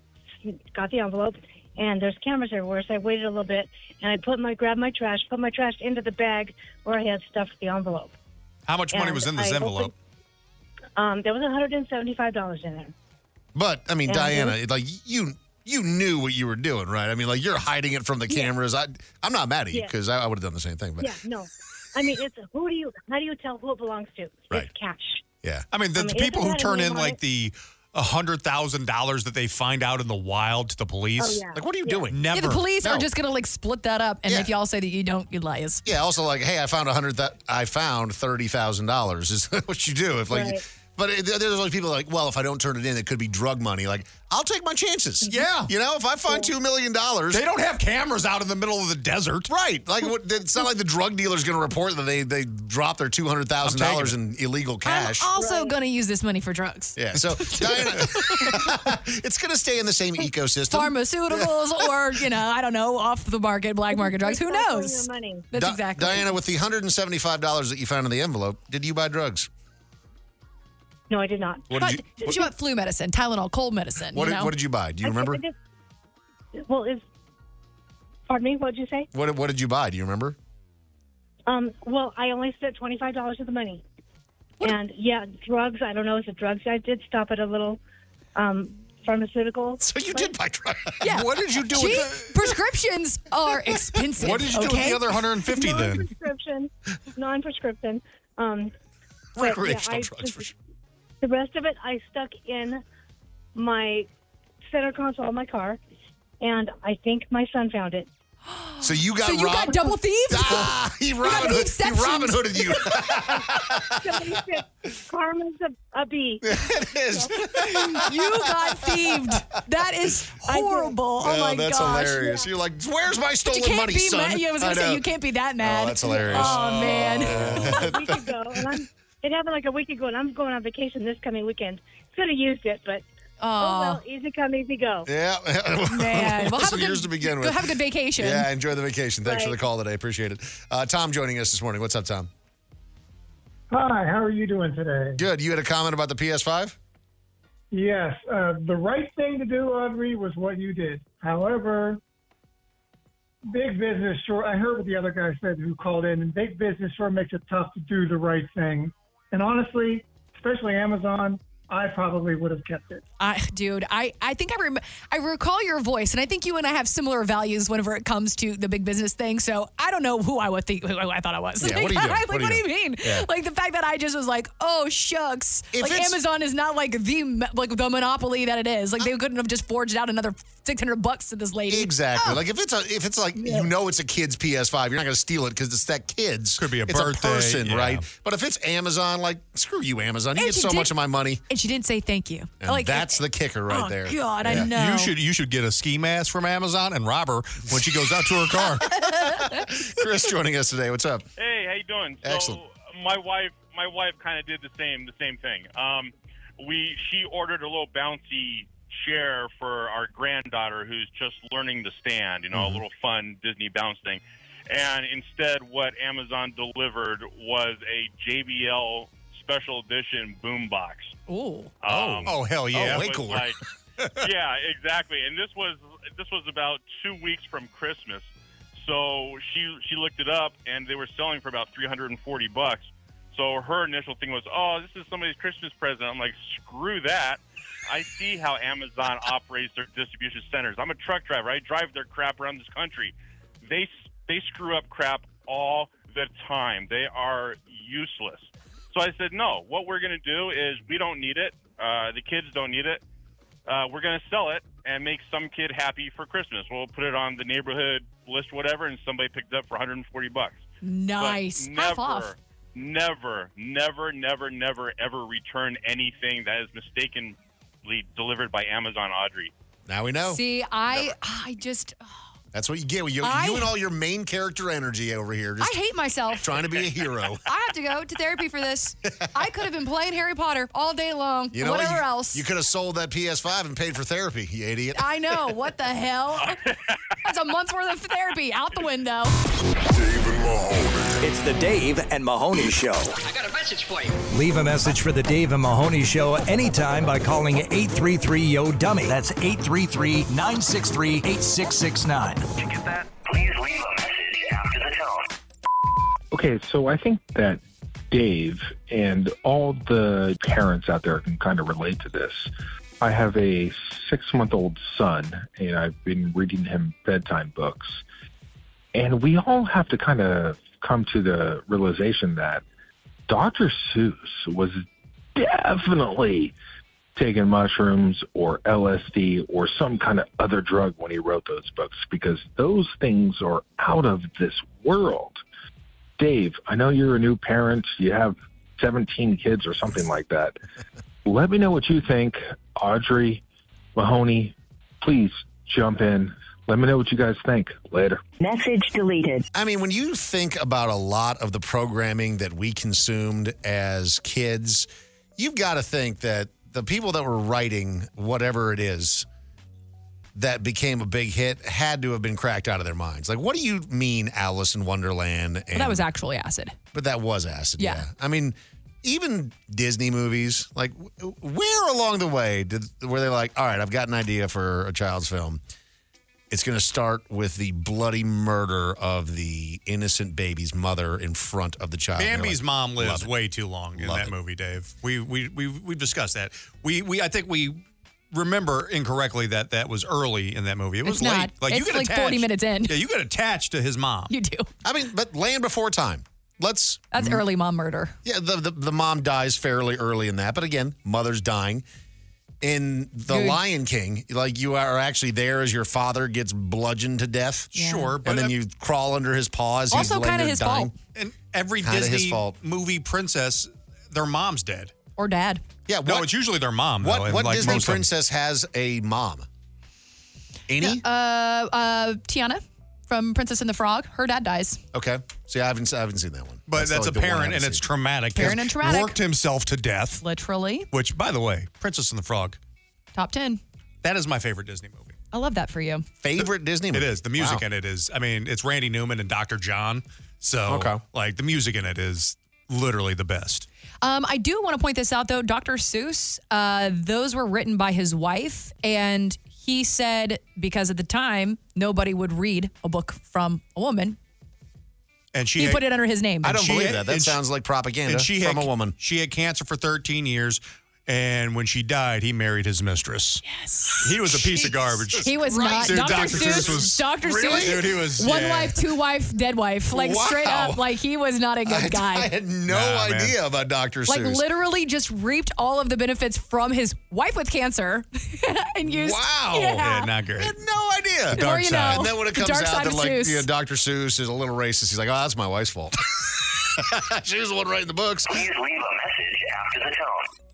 S22: got the envelope and there's cameras everywhere. So I waited a little bit and I put my, grabbed my trash, put my trash into the bag where I had stuffed the envelope.
S5: How much money
S22: And
S5: was in this
S22: I
S5: envelope?
S22: Um, there was $175 in there.
S4: But I mean,
S22: And-
S4: Diana, like you you knew what you were doing, right? I mean, like you're hiding it from the cameras. I I'm not mad at you
S22: Yeah.
S4: because I, I would have done the same thing. But
S22: Yeah, no. I mean, it's who do you, how do you tell who it belongs to?
S4: Right.
S22: It's cash.
S4: yeah,
S5: I mean, the,
S22: I mean,
S5: the
S22: it
S5: people who
S22: doesn't
S5: turn
S22: really
S5: in
S22: want
S5: like the hundred thousand dollars that they find out in the wild to the police.
S3: Oh, yeah.
S4: Like, what are you
S5: doing? Never.
S3: Yeah, the police
S4: No.
S3: are just gonna like split that up, and
S4: Yeah.
S3: if y'all say that you don't, you liars.
S4: yeah, also like, hey, I found a hundred. Th- I found thirty thousand dollars. *laughs* Is what you do if like.
S3: Right.
S4: But it, there's always people like, well, if I don't turn it in, it could be drug money. Like, I'll take
S3: *laughs*
S4: my chances.
S5: Yeah.
S4: you know, if I find two million dollars,
S5: They don't have cameras out in the middle of the desert.
S4: Right. Like, what, it's not like the drug dealer's going to report that they they dropped their two hundred thousand dollars in illegal cash.
S3: I'm also gonna use this money for drugs. *laughs*
S4: yeah. So Diana, *laughs* it's going to stay in the same ecosystem.
S3: Pharmaceuticals, or you know, I don't know, off the market, black market drugs. Who
S22: Recycling your
S3: knows?
S22: money.
S3: That's
S4: Di-
S3: exactly.
S4: Diana, with the hundred and seventy-five dollars that you found in the envelope, did you buy drugs?
S22: No, I did not.
S4: What
S3: but
S4: did you?
S3: she
S4: What,
S3: bought flu medicine, Tylenol, cold medicine.
S4: what
S3: you
S4: did,
S3: know?
S4: what did you buy? Do you
S22: I- I
S4: remember?
S22: just- well,
S3: *laughs*
S22: is pardon me. What'd you say?
S4: What What did you buy? Do you remember?
S22: Um, well, I only spent twenty five dollars of the money, and yeah, drugs. I don't know. Is it drugs? I did stop at a little um, pharmaceutical.
S4: So you did buy drugs.
S3: Yeah.
S5: What did you do
S3: She-
S5: with *laughs*
S3: prescriptions are
S5: the?
S3: expensive.
S5: What did you do
S3: okay?
S5: with the other 150 then?
S22: Non-prescription, non-prescription. Um, but, yeah,
S5: Recreational
S22: I-
S5: drugs for sure.
S22: The rest of it I stuck in my center console of my car, and I think my son found it.
S4: So you got
S22: So you got
S4: robbed?
S22: double thieved?
S4: Ah,
S22: *laughs*
S4: he
S22: You got
S4: Robin Hood. He
S22: thief-ceptioned.
S4: Robin Hooded
S22: *laughs*
S4: you.
S22: Somebody said, Karma's a, a bee.
S4: *laughs*
S3: *laughs*
S4: it is.
S22: you got thieved. That is
S3: Horrible. Oh
S4: Yeah,
S3: my
S4: that's
S3: gosh.
S4: hilarious. You're like, where's my
S3: But
S4: stolen
S3: you can't
S4: money,
S3: be
S4: son?
S3: mad. Yeah, I was
S4: I
S3: gonna
S4: know.
S3: say you can't be that mad.
S4: Oh, that's hilarious.
S3: Oh man.
S4: Yeah.
S22: week ago, and I'm, it happened like a week ago, and I'm going on vacation this coming weekend. Could have used it, but oh well, easy come, easy go.
S4: Yeah. *laughs*
S22: Man. Well, have
S4: Some
S22: a good-
S4: years to begin
S22: go
S4: with.
S22: have a good vacation.
S4: Yeah, enjoy the vacation. Thanks for
S22: Right.
S4: the call today. Appreciate it. Uh, Tom joining us this morning. What's up, Tom?
S6: Hi, how are you doing today?
S4: Good. You had a comment about the PS5?
S6: Yes, uh, the right thing to do, Audrey, was what you did. However, big business sure. I heard what the other guy said who called in, and big business sure makes it tough to do the right thing. And honestly, especially Amazon, I probably would have kept it.
S3: I, dude, I, I think I rem- I recall your voice, and I think you and I have similar values whenever it comes to the big business thing. So I don't know who I would think who I thought I was.
S8: Yeah,
S3: *laughs* like,
S8: what are you doing?
S3: like,
S8: What are
S3: what do
S8: you
S3: you mean?
S8: doing? Yeah.
S3: Like the fact that I just was like, oh shucks,
S8: If
S3: like
S8: it's-
S3: Amazon is not like the mo- like the monopoly that it is. Like they couldn't have just forged out another six hundred bucks to this lady. Oh.
S4: Exactly. Like if it's a if it's like you know it's a kid's PS5, you're not going to steal it because it's that kid's. Could be a it's
S5: birthday,
S4: a person,
S5: yeah.
S4: right? But if it's Amazon, like screw you, Amazon. You
S3: And
S4: get
S3: she
S4: so
S3: did-
S4: much of my money.
S3: And she didn't say thank you.
S4: And
S3: like
S22: eh,
S4: that's the kicker right
S3: oh,
S4: there.
S3: God, I know.
S5: You should you should get a ski mask from Amazon and rob her when she goes out to her
S4: *laughs*
S5: car.
S4: Chris joining us today. What's up?
S7: Hey, how you doing?
S4: Excellent.
S7: So my wife, my wife kind of did the same, the same thing. Um, we she ordered a little bouncy chair for our granddaughter who's just learning to stand. You know,
S5: Mm-hmm.
S7: a little fun Disney bounce thing. And instead, what Amazon delivered was a JBL special edition boombox.
S3: Ooh.
S7: Um,
S5: oh, hell yeah.
S7: it
S5: Way
S7: was
S5: cooler. *laughs*
S7: like- yeah, exactly. And this was this was about two weeks from Christmas, so she she looked it up and they were selling for about three hundred and forty bucks. So her initial thing was, "Oh, this is somebody's Christmas present." I'm like, "Screw that." I see how Amazon operates their distribution centers. I'm a truck driver. I drive their crap around this country. They they screw up crap all the time. They are useless. So I said, "No. What we're going to do is we don't need it. Uh, the kids don't need it uh, we're going to sell it and make some kid happy for Christmas. We'll put it on the neighborhood list, whatever, and somebody picked it up for 140 bucks. But
S3: nice. Half off.
S7: never, never, never, never, ever return anything that is mistakenly delivered by Amazon Audrey.
S4: Now we know.
S3: See, I I just
S4: That's what you get. You,
S3: I-
S4: you and all your main character energy over here.
S3: I
S4: Just
S3: hate myself.
S4: trying to be a hero.
S3: I have to go to therapy for this. I could have been playing Harry Potter all day long,
S4: You know what?
S3: whatever
S4: You-
S3: else.
S4: You could have sold that PS5 and paid for therapy, you idiot.
S3: I know. What the hell? That's a month's worth of therapy out the window.
S2: It's the Dave and Mahoney Show.
S23: got a message for you.
S2: Leave a message for the Dave and Mahoney Show anytime by calling 833 Yo Dummy. That's 833 963 8669.
S1: Did you get that? Please leave a message after the tone.
S24: Okay, so I think that Dave and all the parents out there can kind of relate to this. I have a six month old son, and I've been reading him bedtime books. And we all have to kind of come to the realization that Dr. Seuss was definitely taking mushrooms or LSD or some kind of other drug when he wrote those books because those things are out of this world. Dave, I know you're a new parent. You have 17 kids or something like that. Let me know what you think. Audrey, Mahoney, please jump in. Let me know what you guys think. Later.
S4: *laughs* Message deleted. I mean, when you think about a lot of the programming that we consumed as kids, you've got to think that the people that were writing whatever it is that became a big hit had to have been cracked out of their minds. Like, what do you mean, Alice in Wonderland? And,
S3: But that was actually acid.
S4: but that was acid.
S3: Yeah.
S4: I mean, even Disney movies, like w- where along the way did were they like, all right, I've got an idea for a child's film. It's going to start with the bloody murder of the innocent baby's mother in front of the child. And they're
S5: Bambi's
S4: like,
S5: mom
S4: love
S5: lives
S4: it.
S5: way too long in
S4: Love
S5: that
S4: it.
S5: movie, Dave. We we we we've discussed that. We we I think we remember incorrectly that that was early in that movie. It was
S3: It's
S5: late.
S3: not.
S5: Like you
S3: It's
S5: get
S3: like 40
S5: attached-
S3: minutes in.
S5: Yeah, you got attached to his mom.
S3: You do.
S4: I mean, but Land Before Time. let's. Mm.
S3: That's early mom murder.
S4: Yeah, the, the, the mom dies fairly early in that. But again, mother's dying. In The
S5: Dude.
S4: Lion King, like you are actually there as your father gets bludgeoned to death.
S5: Yeah. Sure, but
S4: And then
S5: I-
S4: you crawl under his paws. he's laying there dying.
S5: And every
S4: Kinda his
S5: Disney
S4: fault.
S5: movie princess, their mom's dead.
S3: Or dad.
S4: Yeah,
S5: no,
S4: what-
S5: it's usually their mom.
S4: What,
S5: though, and,
S4: what
S5: like,
S4: Disney
S5: most of them.
S4: princess has a mom? Any?
S3: Uh, uh, Tiana from Princess and the Frog. Her dad dies.
S4: Okay. See, I haven't, I haven't seen that one.
S5: But that's,
S4: like,
S5: a
S4: the one I
S5: parent,
S4: haven't
S5: and it's
S4: seen.
S5: traumatic.
S3: Parent and traumatic.
S5: Worked himself to death.
S3: Literally.
S5: Which, by the way, Princess and the Frog,
S3: Top 10.
S5: that is my favorite Disney movie.
S3: I love that for you.
S4: Favorite Disney movie?
S5: It is. The music
S4: Wow.
S5: in it is. I mean, it's Randy Newman and Dr. John. So,
S4: Okay.
S5: like, the music in it is literally the best.
S3: Um, I do want to point this out, though. Dr. Seuss, uh, those were written by his wife, and he said because at the time nobody would read a book from a woman.
S5: And she
S3: he
S5: had-
S3: put it under his name.
S5: And she had- and she-
S4: propaganda
S5: and she
S4: from
S5: had,
S4: a woman.
S5: She had cancer for 13 years, and when she died, he married his mistress.
S3: Yes.
S5: He was a piece of garbage.
S3: He was not
S5: Dude,
S3: Dr. Seuss.
S5: was-
S3: Dr.
S5: Really?
S3: Seuss.
S5: Dude, he was
S3: one
S5: yeah.
S3: wife, two wife, dead wife. Like
S4: Wow.
S3: straight up, like he was not a good guy.
S4: I had no
S5: Nah, man.
S4: idea about Dr.
S3: like
S4: Seuss.
S3: literally just reaped all of the benefits from his wife with cancer *laughs* and used
S4: Wow.
S3: Yeah.
S5: Oh, not great.
S4: no idea.
S3: The dark Or, you side. know,
S4: and then when it
S3: the
S4: comes
S3: dark
S4: out
S3: side
S4: that
S3: of
S4: like
S3: Seuss.
S4: you know, Dr. Seuss is a little racist, he's like, oh, that's my wife's fault.
S5: *laughs*
S4: she was the one writing the books.
S1: Please leave a message after the tone.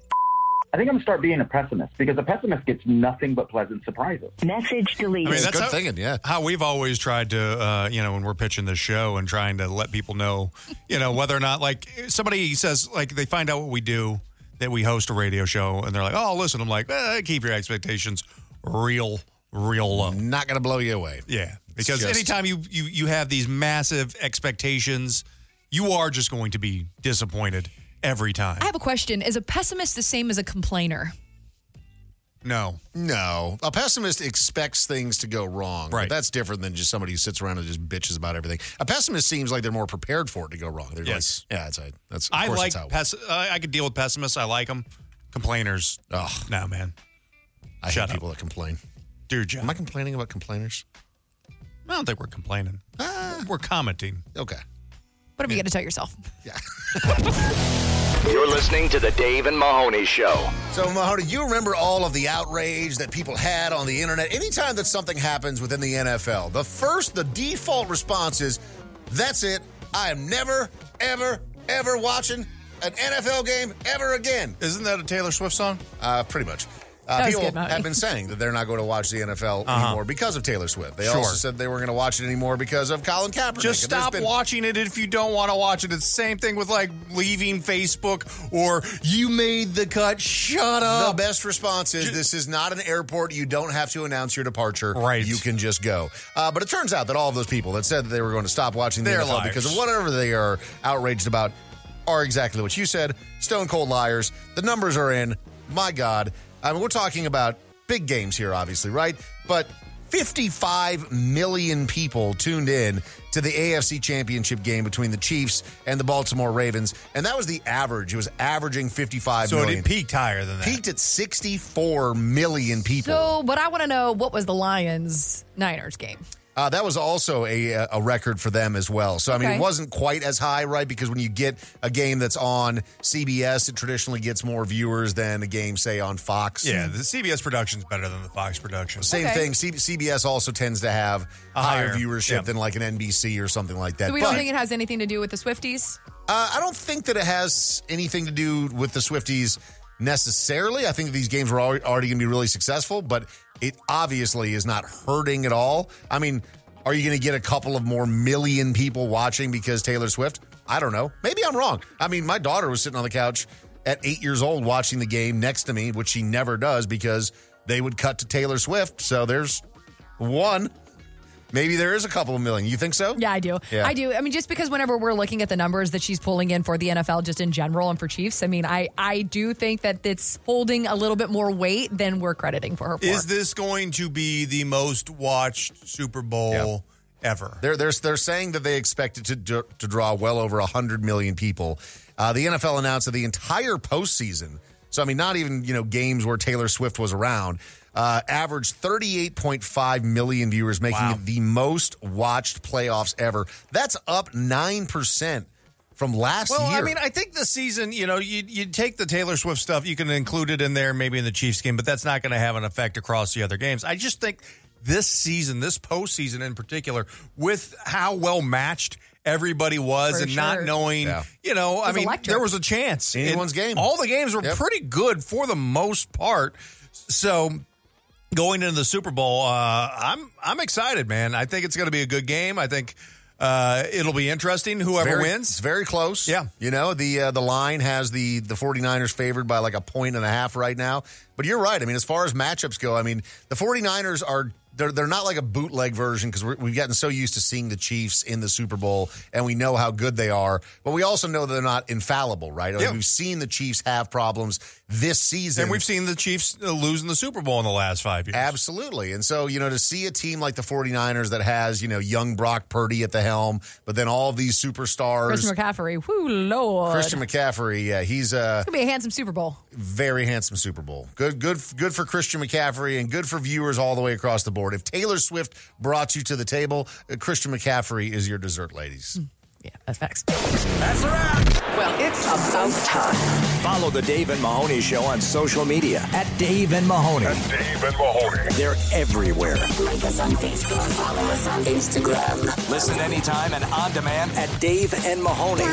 S9: I think I'm gonna start being a pessimist because a pessimist gets nothing but pleasant surprises. Message
S5: I
S9: deleted.
S5: mean, that's
S9: good
S5: how,
S4: thinking, yeah.
S5: How we've always tried to, uh, you know, when we're pitching the show and trying to let people know, you know, whether or not like somebody says like they find out what we do that we host a radio show and they're like, oh, listen, I'm like, eh, keep your expectations *laughs* real, real low.
S4: Not gonna blow you away.
S5: Yeah,
S4: It's
S5: because
S4: just-
S5: anytime you, you you have these massive expectations, you are just going to be disappointed every time.
S3: I have a question. Is a pessimist the same as a complainer?
S5: No.
S4: No. A pessimist expects things to go wrong. Right. That's different than just somebody who sits around and just bitches about everything. A pessimist seems like they're more prepared for it to go wrong. They're
S5: Yes.
S4: like, yeah, that's right. That's of
S5: I
S4: course
S5: like
S4: that's how it
S5: pess- I, I could deal with pessimists. I like them. Complainers. Oh no, man.
S4: I
S5: Shut
S4: hate
S5: up.
S4: people that complain.
S5: Dear John.
S4: Am I complaining about complainers? Ah.
S5: I don't think we're complaining. we're commenting.
S4: Okay.
S3: Whatever you got to tell yourself.
S1: You're listening to the Dave and Mahoney Show.
S4: So, Mahoney, you remember all of the outrage that people had on the internet anytime that something happens within the NFL. The first, the default response is, that's it. I am never, ever, ever watching an NFL game ever again.
S5: Isn't that a Taylor Swift song?
S4: Uh, pretty much.
S5: That
S4: Uh,
S5: was
S4: people
S5: good, Mahoney.
S4: have been saying that they're not going to watch the NFL
S5: Uh-huh.
S4: anymore because of Taylor Swift. They
S5: Sure.
S4: also said they weren't going to watch it anymore because of Colin Kaepernick.
S5: Just
S4: And there's
S5: stop
S4: been-
S5: watching it if you don't want to watch it. It's the same thing with like leaving Facebook or you made the cut. Shut
S4: The
S5: up.
S4: best response is this is not an airport. You don't have to announce your departure. Right. You can just go. Uh, but it turns out that all of those people that said that they were going to stop watching the
S5: They're
S4: NFL
S5: liars.
S4: because of whatever they are outraged about are exactly what you said. Stone cold liars. The numbers are in. My God. I mean, we're talking about big games here, obviously, right? But 55 million people tuned in to the AFC Championship game between the Chiefs and the Baltimore Ravens. And that was the average. It was averaging 55
S5: so
S4: million
S5: it peaked higher than that.
S4: peaked at 64 million people.
S3: So, but I want to know what was the Lions Niners game?
S4: Uh, that was also a a record for them as well. So I mean,
S3: Okay.
S4: it wasn't quite as high, right? Because when you get a game that's on CBS, it traditionally gets more viewers than a game, say, on Fox.
S5: Yeah, the CBS production's better than the Fox production.
S4: Same thing. C- CBS also tends to have
S5: A
S4: higher,
S5: higher,
S4: viewership
S5: yeah.
S4: than like an NBC or something like that.
S3: So we
S4: But
S3: don't think it has anything to do with the Swifties.
S4: uh, I don't think that it has anything to do with the Swifties necessarily. I think these games were al- already going to be really successful, but it obviously is not hurting at all. I mean, are you going to get a couple of more million people watching because Taylor Swift? I don't know. Maybe I'm wrong. I mean, my daughter was sitting on the couch at eight years old watching the game next to me, which she never does because they would cut to Taylor Swift. So there's one. Maybe there is a couple of million. You think so?
S3: Yeah, I do.
S4: Yeah.
S3: I do. I mean, just because whenever we're looking at the numbers that she's pulling in for the NFL, just in general and for Chiefs, I mean, I I do think that it's holding a little bit more weight than we're crediting for her. For.
S5: Is this going to be the most watched Super Bowl ever?
S4: They're they're they're saying that they expect it to d- to draw well over hundred million people. Uh, the NFL announced that the entire postseason, so I mean, not even you know games where Taylor Swift was around, uh, averaged thirty eight point five million viewers, making
S5: Wow.
S4: it the most watched playoffs ever. That's up nine percent from last
S5: well,
S4: year.
S5: I mean, I think the season, you know, you you take the Taylor Swift stuff, you can include it in there, maybe in the Chiefs game, but that's not going to have an effect across the other games. I just think this season, this postseason in particular, with how well matched everybody was,
S4: For
S5: and not
S4: sure.
S5: knowing,
S4: Yeah.
S5: you know,
S4: It
S5: I
S4: was
S5: mean,
S4: electric.
S5: there was a chance
S4: Anyone's
S5: It-
S4: game.
S5: All the games were
S4: Yep.
S5: pretty good for the most part. So going into the Super Bowl, uh, I'm I'm excited, man. I think it's going to be a good game. I think uh, it'll be interesting. Whoever
S4: Very-
S5: wins,
S4: it's very close. Yeah, you know the uh, the line has the the 49ers favored by like a point and a half right now. But you're right. I mean, as far as matchups go, I mean the 49ers are. They're, they're not like a bootleg version because we've gotten so used to seeing the Chiefs in the Super Bowl and we know how good they are, but we also know they're not infallible, right? Like,
S5: Yeah.
S4: We've seen the Chiefs have problems this season.
S5: and we've seen the Chiefs uh, lose in the Super Bowl in the last five years.
S4: Absolutely. And so, you know, to see a team like the 49ers that has, you know, young Brock Purdy at the helm, but then all these superstars.
S3: Christian McCaffrey. Whoo, Lord.
S4: Christian McCaffrey, yeah, he's a
S3: It's going to be a handsome Super Bowl.
S4: very handsome Super Bowl. Good, good, good for Christian McCaffrey, and good for viewers all the way across the board. If Taylor Swift brought you to the table, uh, Christian McCaffrey is your dessert, ladies.
S3: Yeah, that's facts.
S2: That's a wrap. Well, it's about time. Follow the Dave and Mahoney Show on social media at Dave and Mahoney. Dave and Mahoney. They're everywhere. Like us on Facebook. Follow us on Instagram. Listen anytime and on demand at Dave and Mahoney.